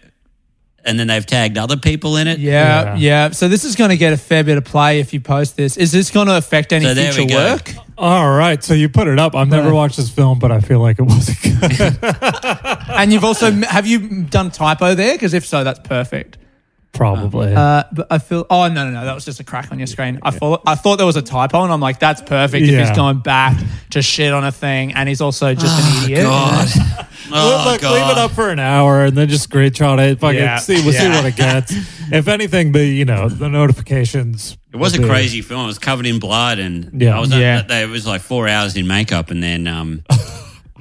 Speaker 3: and then they've tagged other people in it.
Speaker 4: Yeah, yeah.
Speaker 2: Yeah.
Speaker 4: So this is going to get a fair bit of play if you post this. Is this going to affect any
Speaker 3: So there we
Speaker 4: future
Speaker 3: go.
Speaker 4: work?
Speaker 2: All right, so you put it up. I've never
Speaker 4: Yeah.
Speaker 2: watched this film, but I feel like it wasn't good.
Speaker 4: And you've also have you done typo there? Because if so, that's perfect.
Speaker 2: Probably.
Speaker 4: Uh, but I feel oh no no no that was just a crack on your screen. I thought I thought there was a typo and I'm like that's perfect. If
Speaker 2: Yeah.
Speaker 4: he's going back to shit on a thing and he's also just an idiot.
Speaker 3: Ah, God. oh,
Speaker 2: Look,
Speaker 3: God.
Speaker 2: leave it up for an hour and then just screen on it. Fucking
Speaker 4: Yeah.
Speaker 2: see, we'll see
Speaker 4: Yeah.
Speaker 2: what it gets. if anything, the you know the notifications.
Speaker 3: It was a
Speaker 2: will be-
Speaker 3: crazy film. It was covered in blood, and
Speaker 2: Yeah.
Speaker 3: I was
Speaker 4: Yeah.
Speaker 3: It was like four hours in makeup, and then um,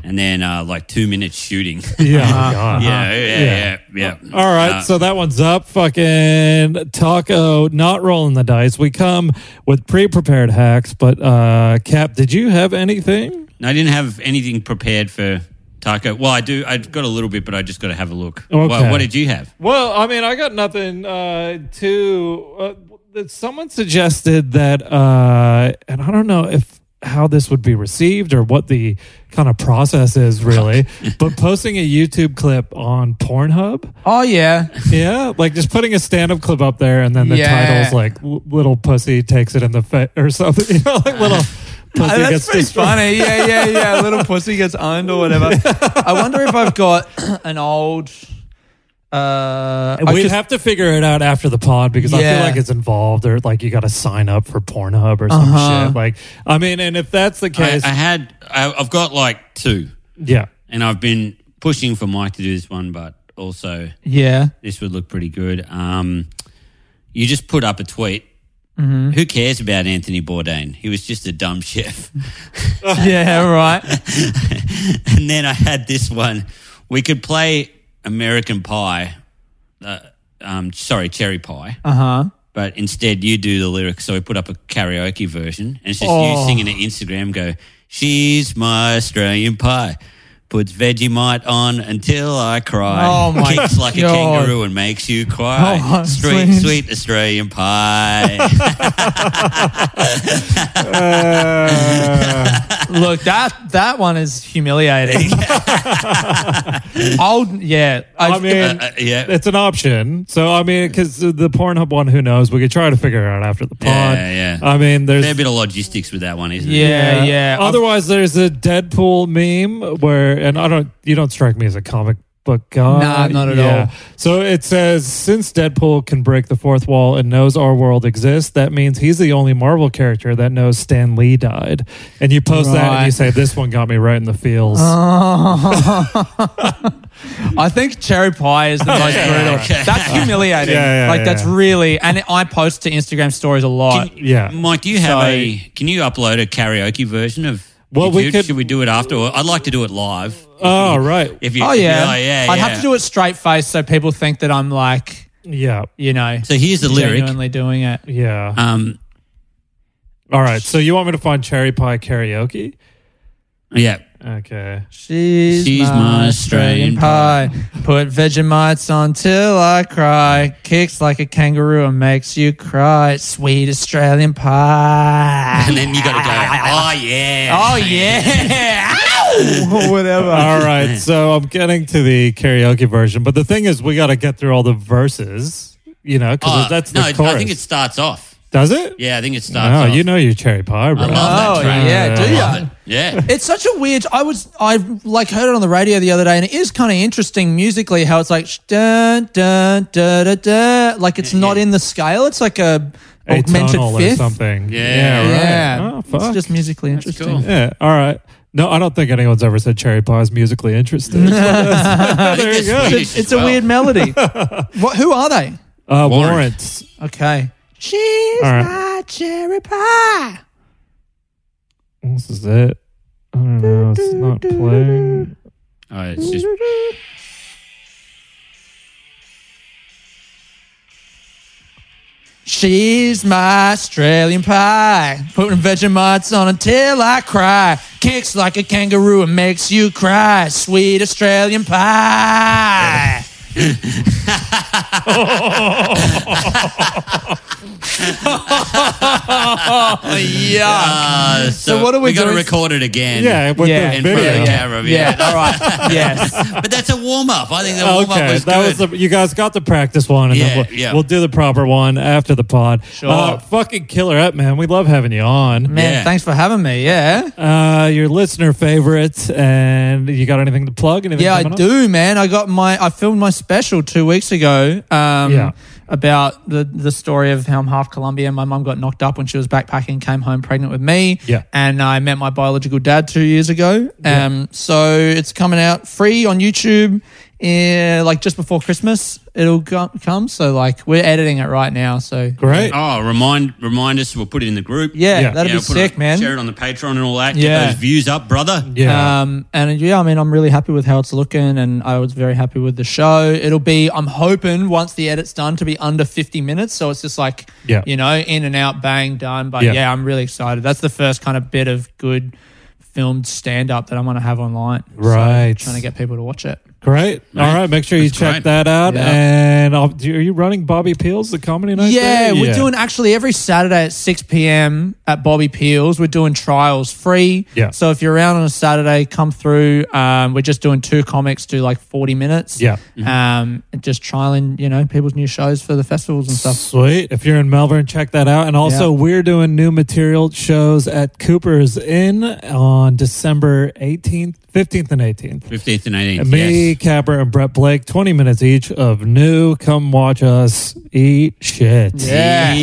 Speaker 3: and then uh, like two minutes shooting.
Speaker 4: Uh-huh.
Speaker 2: Yeah, God.
Speaker 3: yeah, yeah,
Speaker 2: Yeah.
Speaker 3: yeah, yeah,
Speaker 2: All right,
Speaker 3: Uh,
Speaker 2: so that one's up. Fucking Taco not rolling the dice. We come with pre-prepared hacks, but uh Cap, did you have anything?
Speaker 3: I didn't have anything prepared for taco. Well, I do. I've got a little bit, but I just got to have a look.
Speaker 2: Okay.
Speaker 3: Well, what did you have?
Speaker 2: Well, I mean, I got nothing uh, to. Uh, that someone suggested that, uh, and I don't know if how this would be received or what the kind of process is really, but posting a YouTube clip on Pornhub,
Speaker 4: Oh yeah,
Speaker 2: yeah, like just putting a stand-up clip up there, and then the
Speaker 4: Yeah.
Speaker 2: title's like "L- "Little Pussy Takes It in the Face" or something, you know, like little. Pussy
Speaker 4: that's
Speaker 2: gets
Speaker 4: pretty
Speaker 2: destroyed.
Speaker 4: funny. Yeah yeah yeah. Little pussy gets owned or whatever. I wonder if I've got an old. Uh, I
Speaker 2: We'd
Speaker 4: could-
Speaker 2: have to figure it out after the pod because I feel
Speaker 4: Yeah.
Speaker 2: like it's involved or like you got to sign up for Pornhub or some
Speaker 4: Uh-huh.
Speaker 2: shit. Like, I mean, and if that's the
Speaker 3: I,
Speaker 2: case,
Speaker 3: I had. I, I've got like two,
Speaker 2: yeah,
Speaker 3: and I've been pushing for Mike to do this one, but also
Speaker 4: yeah.
Speaker 3: this would look pretty good. Um, you just put up a tweet. Who cares about Anthony Bourdain? He was just a dumb chef.
Speaker 4: Yeah, right.
Speaker 3: and then I had this one. We could play American Pie. Uh, um, sorry, Cherry Pie.
Speaker 4: Uh huh.
Speaker 3: But instead, you do the lyrics. So we put up a karaoke version, and it's just
Speaker 2: Oh.
Speaker 3: you singing to Instagram. Go, she's my Australian pie. Puts Vegemite on until I cry.
Speaker 4: Oh, my
Speaker 3: Kicks like a
Speaker 4: God.
Speaker 3: kangaroo and makes you cry.
Speaker 4: Oh,
Speaker 3: sweet,
Speaker 4: please.
Speaker 3: sweet Australian pie.
Speaker 4: Look, that that one is humiliating. Old, yeah. I,
Speaker 2: I mean,
Speaker 3: uh, yeah.
Speaker 2: it's an option. So, I mean, because the Pornhub one, who knows? We could try to figure it out after the pod.
Speaker 3: Yeah, yeah.
Speaker 2: I mean, there's.
Speaker 3: Fair bit of logistics with that one, isn't it?
Speaker 4: yeah, yeah.
Speaker 2: Otherwise, there's a Deadpool meme where, and I don't, you don't strike me as a comic book guy.
Speaker 4: Nah, not at all.
Speaker 2: So it says, since Deadpool can break the fourth wall and knows our world exists, that means he's the only Marvel character that knows Stan Lee died. And you post that and
Speaker 4: Right. Uh,
Speaker 2: you say, this one got me right in the feels.
Speaker 4: I think cherry pie is the most
Speaker 3: yeah,
Speaker 4: brutal.
Speaker 3: okay.
Speaker 4: That's humiliating.
Speaker 2: Yeah, yeah,
Speaker 4: like
Speaker 2: yeah.
Speaker 4: that's really, and I post to Instagram stories a lot.
Speaker 3: Can-
Speaker 2: yeah.
Speaker 3: Mike, do you have
Speaker 4: So-
Speaker 3: a? Can you upload a karaoke version of?
Speaker 2: Well,
Speaker 3: YouTube?
Speaker 2: we could-
Speaker 3: Should we do it after? Or I'd like to do it live.
Speaker 2: oh, right.
Speaker 3: If you,
Speaker 4: oh
Speaker 3: if you-
Speaker 4: yeah,
Speaker 3: yeah,
Speaker 4: I'd
Speaker 3: yeah.
Speaker 4: have to do it straight face so people think that I'm like,
Speaker 2: Yeah.
Speaker 4: you know,
Speaker 3: So here's the lyric.
Speaker 4: genuinely doing it.
Speaker 2: Yeah.
Speaker 3: Um,
Speaker 2: all right. So you want me to find Cherry Pie Karaoke?
Speaker 3: yeah.
Speaker 2: Okay.
Speaker 4: She's,
Speaker 3: She's
Speaker 4: my Australian pie. Put Vegemites on till I cry. Kicks like a kangaroo and makes you cry. Sweet Australian pie.
Speaker 3: And then you got to go. Oh yeah.
Speaker 4: oh yeah, Ow! or whatever.
Speaker 2: All right, so I'm getting to the karaoke version, but the thing is, we got to get through all the verses, you know, because
Speaker 3: Oh,
Speaker 2: that's the
Speaker 3: no.
Speaker 2: chorus.
Speaker 3: I think it starts off.
Speaker 2: Does it?
Speaker 3: Yeah, I think it starts.
Speaker 2: No,
Speaker 3: off.
Speaker 2: you know your cherry pie, bro.
Speaker 3: I love that
Speaker 4: Oh,
Speaker 3: track.
Speaker 4: yeah, do
Speaker 3: I love
Speaker 4: ya?
Speaker 3: it. Yeah.
Speaker 4: It's such a weird. I was I like heard it on the radio the other day, and it is kind of interesting musically how it's like sh- dun dun da da da. Like it's not in the scale. It's like a augmented
Speaker 2: Atonal
Speaker 4: fifth.
Speaker 2: or something.
Speaker 3: Yeah.
Speaker 2: yeah, right.
Speaker 4: Yeah,
Speaker 2: Oh, fuck.
Speaker 4: it's just musically interesting.
Speaker 3: cool.
Speaker 2: yeah, all right. No, I don't think anyone's ever said cherry pie is musically interesting. Uh, there you go.
Speaker 3: Swedish
Speaker 4: It's,
Speaker 3: as
Speaker 4: it's a
Speaker 3: well.
Speaker 4: weird melody. what? Who are they?
Speaker 2: Uh,
Speaker 3: Warrant.
Speaker 2: Warrants.
Speaker 4: Okay. She's
Speaker 2: All right.
Speaker 4: my cherry pie.
Speaker 2: This is it. I don't know. It's not playing.
Speaker 3: Oh, it's just
Speaker 4: She's my Australian pie. Putting Vegemites on until I cry. Kicks like a kangaroo and makes you cry. Sweet Australian pie. yeah.
Speaker 3: Uh, so,
Speaker 4: what are we
Speaker 3: got to
Speaker 4: doing?
Speaker 3: record it again.
Speaker 2: Yeah, with
Speaker 4: Yeah.
Speaker 2: the
Speaker 3: in front of
Speaker 2: video.
Speaker 3: the camera.
Speaker 4: Yeah.
Speaker 3: Yeah.
Speaker 4: All right. Yes.
Speaker 3: but that's a warm up. I think the warm up
Speaker 2: Okay,
Speaker 3: was
Speaker 2: that
Speaker 3: good.
Speaker 2: was the, you guys got the practice one, and
Speaker 3: Yeah,
Speaker 2: then we'll,
Speaker 3: yeah.
Speaker 2: we'll do the proper one after the pod.
Speaker 4: Sure.
Speaker 2: Uh, fucking killer up, man. We love having you on.
Speaker 4: Man,
Speaker 3: Yeah.
Speaker 4: thanks for having me. Yeah.
Speaker 2: Uh, your listener favorites, and you got anything to plug? Anything
Speaker 4: Yeah, I
Speaker 2: coming up?
Speaker 4: do, man. I got my I filmed my special two weeks ago. Um,
Speaker 2: Yeah.
Speaker 4: About the the story of how I'm half Colombian. My mum got knocked up when she was backpacking, came home pregnant with me.
Speaker 2: Yeah.
Speaker 4: And I met my biological dad two years ago. Um, so it's coming out free on YouTube, eh, like just before Christmas. It'll go- come. So like we're editing it right now. So
Speaker 2: Great.
Speaker 3: oh, remind remind us. We'll put it in the group.
Speaker 4: yeah,
Speaker 2: Yeah.
Speaker 4: that'd
Speaker 3: Yeah,
Speaker 4: be
Speaker 3: we'll put it
Speaker 4: sick,
Speaker 3: on-
Speaker 4: man.
Speaker 3: Share it on the Patreon and all that.
Speaker 4: Yeah.
Speaker 3: Get those views up, brother.
Speaker 2: yeah.
Speaker 4: Um, and yeah, I mean, I'm really happy with how it's looking, and I was very happy with the show. It'll be, I'm hoping, once the edit's done, to be under 50 minutes. So it's just like,
Speaker 2: Yeah.
Speaker 4: you know, in and out, bang, done. But
Speaker 2: Yeah.
Speaker 4: yeah, I'm really excited. That's the first kind of bit of good filmed stand up that I'm going to have online. So
Speaker 2: Right.
Speaker 4: trying to get people to watch it.
Speaker 2: Great. All right. Make sure you
Speaker 3: That's
Speaker 2: check
Speaker 3: great.
Speaker 2: that out.
Speaker 4: Yeah.
Speaker 2: And I'll, do, are you running Bobby Peel's the comedy night?
Speaker 4: Yeah,
Speaker 2: there?
Speaker 4: we're doing actually every Saturday at 6 p.m. at Bobby Peel's. We're doing trials free.
Speaker 2: Yeah.
Speaker 4: So if you're around on a Saturday, come through. Um, we're just doing two comics, do like 40 minutes.
Speaker 2: Yeah.
Speaker 4: Um, and just trialing, you know, people's new shows for the festivals and stuff.
Speaker 2: Sweet. If you're in Melbourne, check that out. And also, we're doing new material shows at Cooper's Inn on December 18th, 15th, and 18th.
Speaker 3: Fifteenth and eighteenth.
Speaker 2: And me, Capper, and Brett Blake, 20 minutes each of new. Come watch us eat shit.
Speaker 4: Yeah.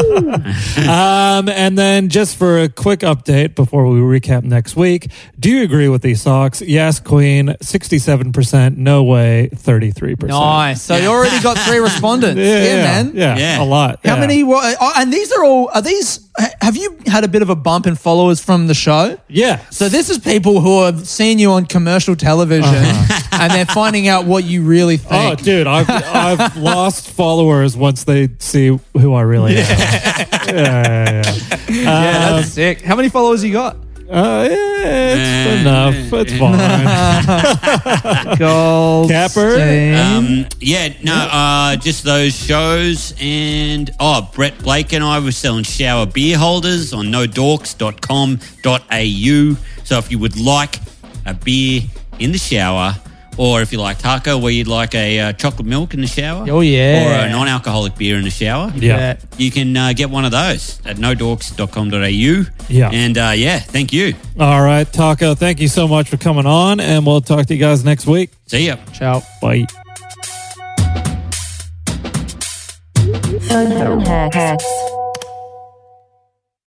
Speaker 2: um, and then just for a quick update before we recap next week, do you agree with these socks? Yes, Queen, 67%, no way, 33%.
Speaker 4: Nice. So you already got three respondents.
Speaker 2: Yeah,
Speaker 4: Yeah,
Speaker 2: yeah,
Speaker 4: man.
Speaker 2: Yeah,
Speaker 3: Yeah.
Speaker 2: a lot.
Speaker 4: How
Speaker 2: yeah.
Speaker 4: many were, oh, and these are all, are these, ha- have you had a bit of a bump in followers from the show?
Speaker 2: Yeah.
Speaker 4: So this is people who have seen you on commercial television and they're finding out what you really
Speaker 2: Uh-huh. Oh,
Speaker 4: think.
Speaker 2: dude, I've, I've lost followers once they see who I really am. yeah, yeah, yeah.
Speaker 4: yeah, that's sick. How many followers you got?
Speaker 2: Uh, yeah, it's enough. It's fine.
Speaker 4: Gold.
Speaker 2: Capper?
Speaker 3: Um, yeah, no, uh, just those shows. And oh, Brett Blake and I were selling shower beer holders on nodorks.com.au. So if you would like a beer in the shower, or if you like taco, where you'd like a uh, chocolate milk in the shower,
Speaker 4: Oh, yeah.
Speaker 3: or a non alcoholic beer in the shower.
Speaker 2: Yeah.
Speaker 3: You can uh, get one of those at nodorks.com.au.
Speaker 2: Yeah.
Speaker 3: And uh, yeah, thank you.
Speaker 2: All right, Taco, thank you so much for coming on, and we'll talk to you guys next week.
Speaker 3: See ya.
Speaker 4: Ciao.
Speaker 2: Bye.
Speaker 1: Phone hacks.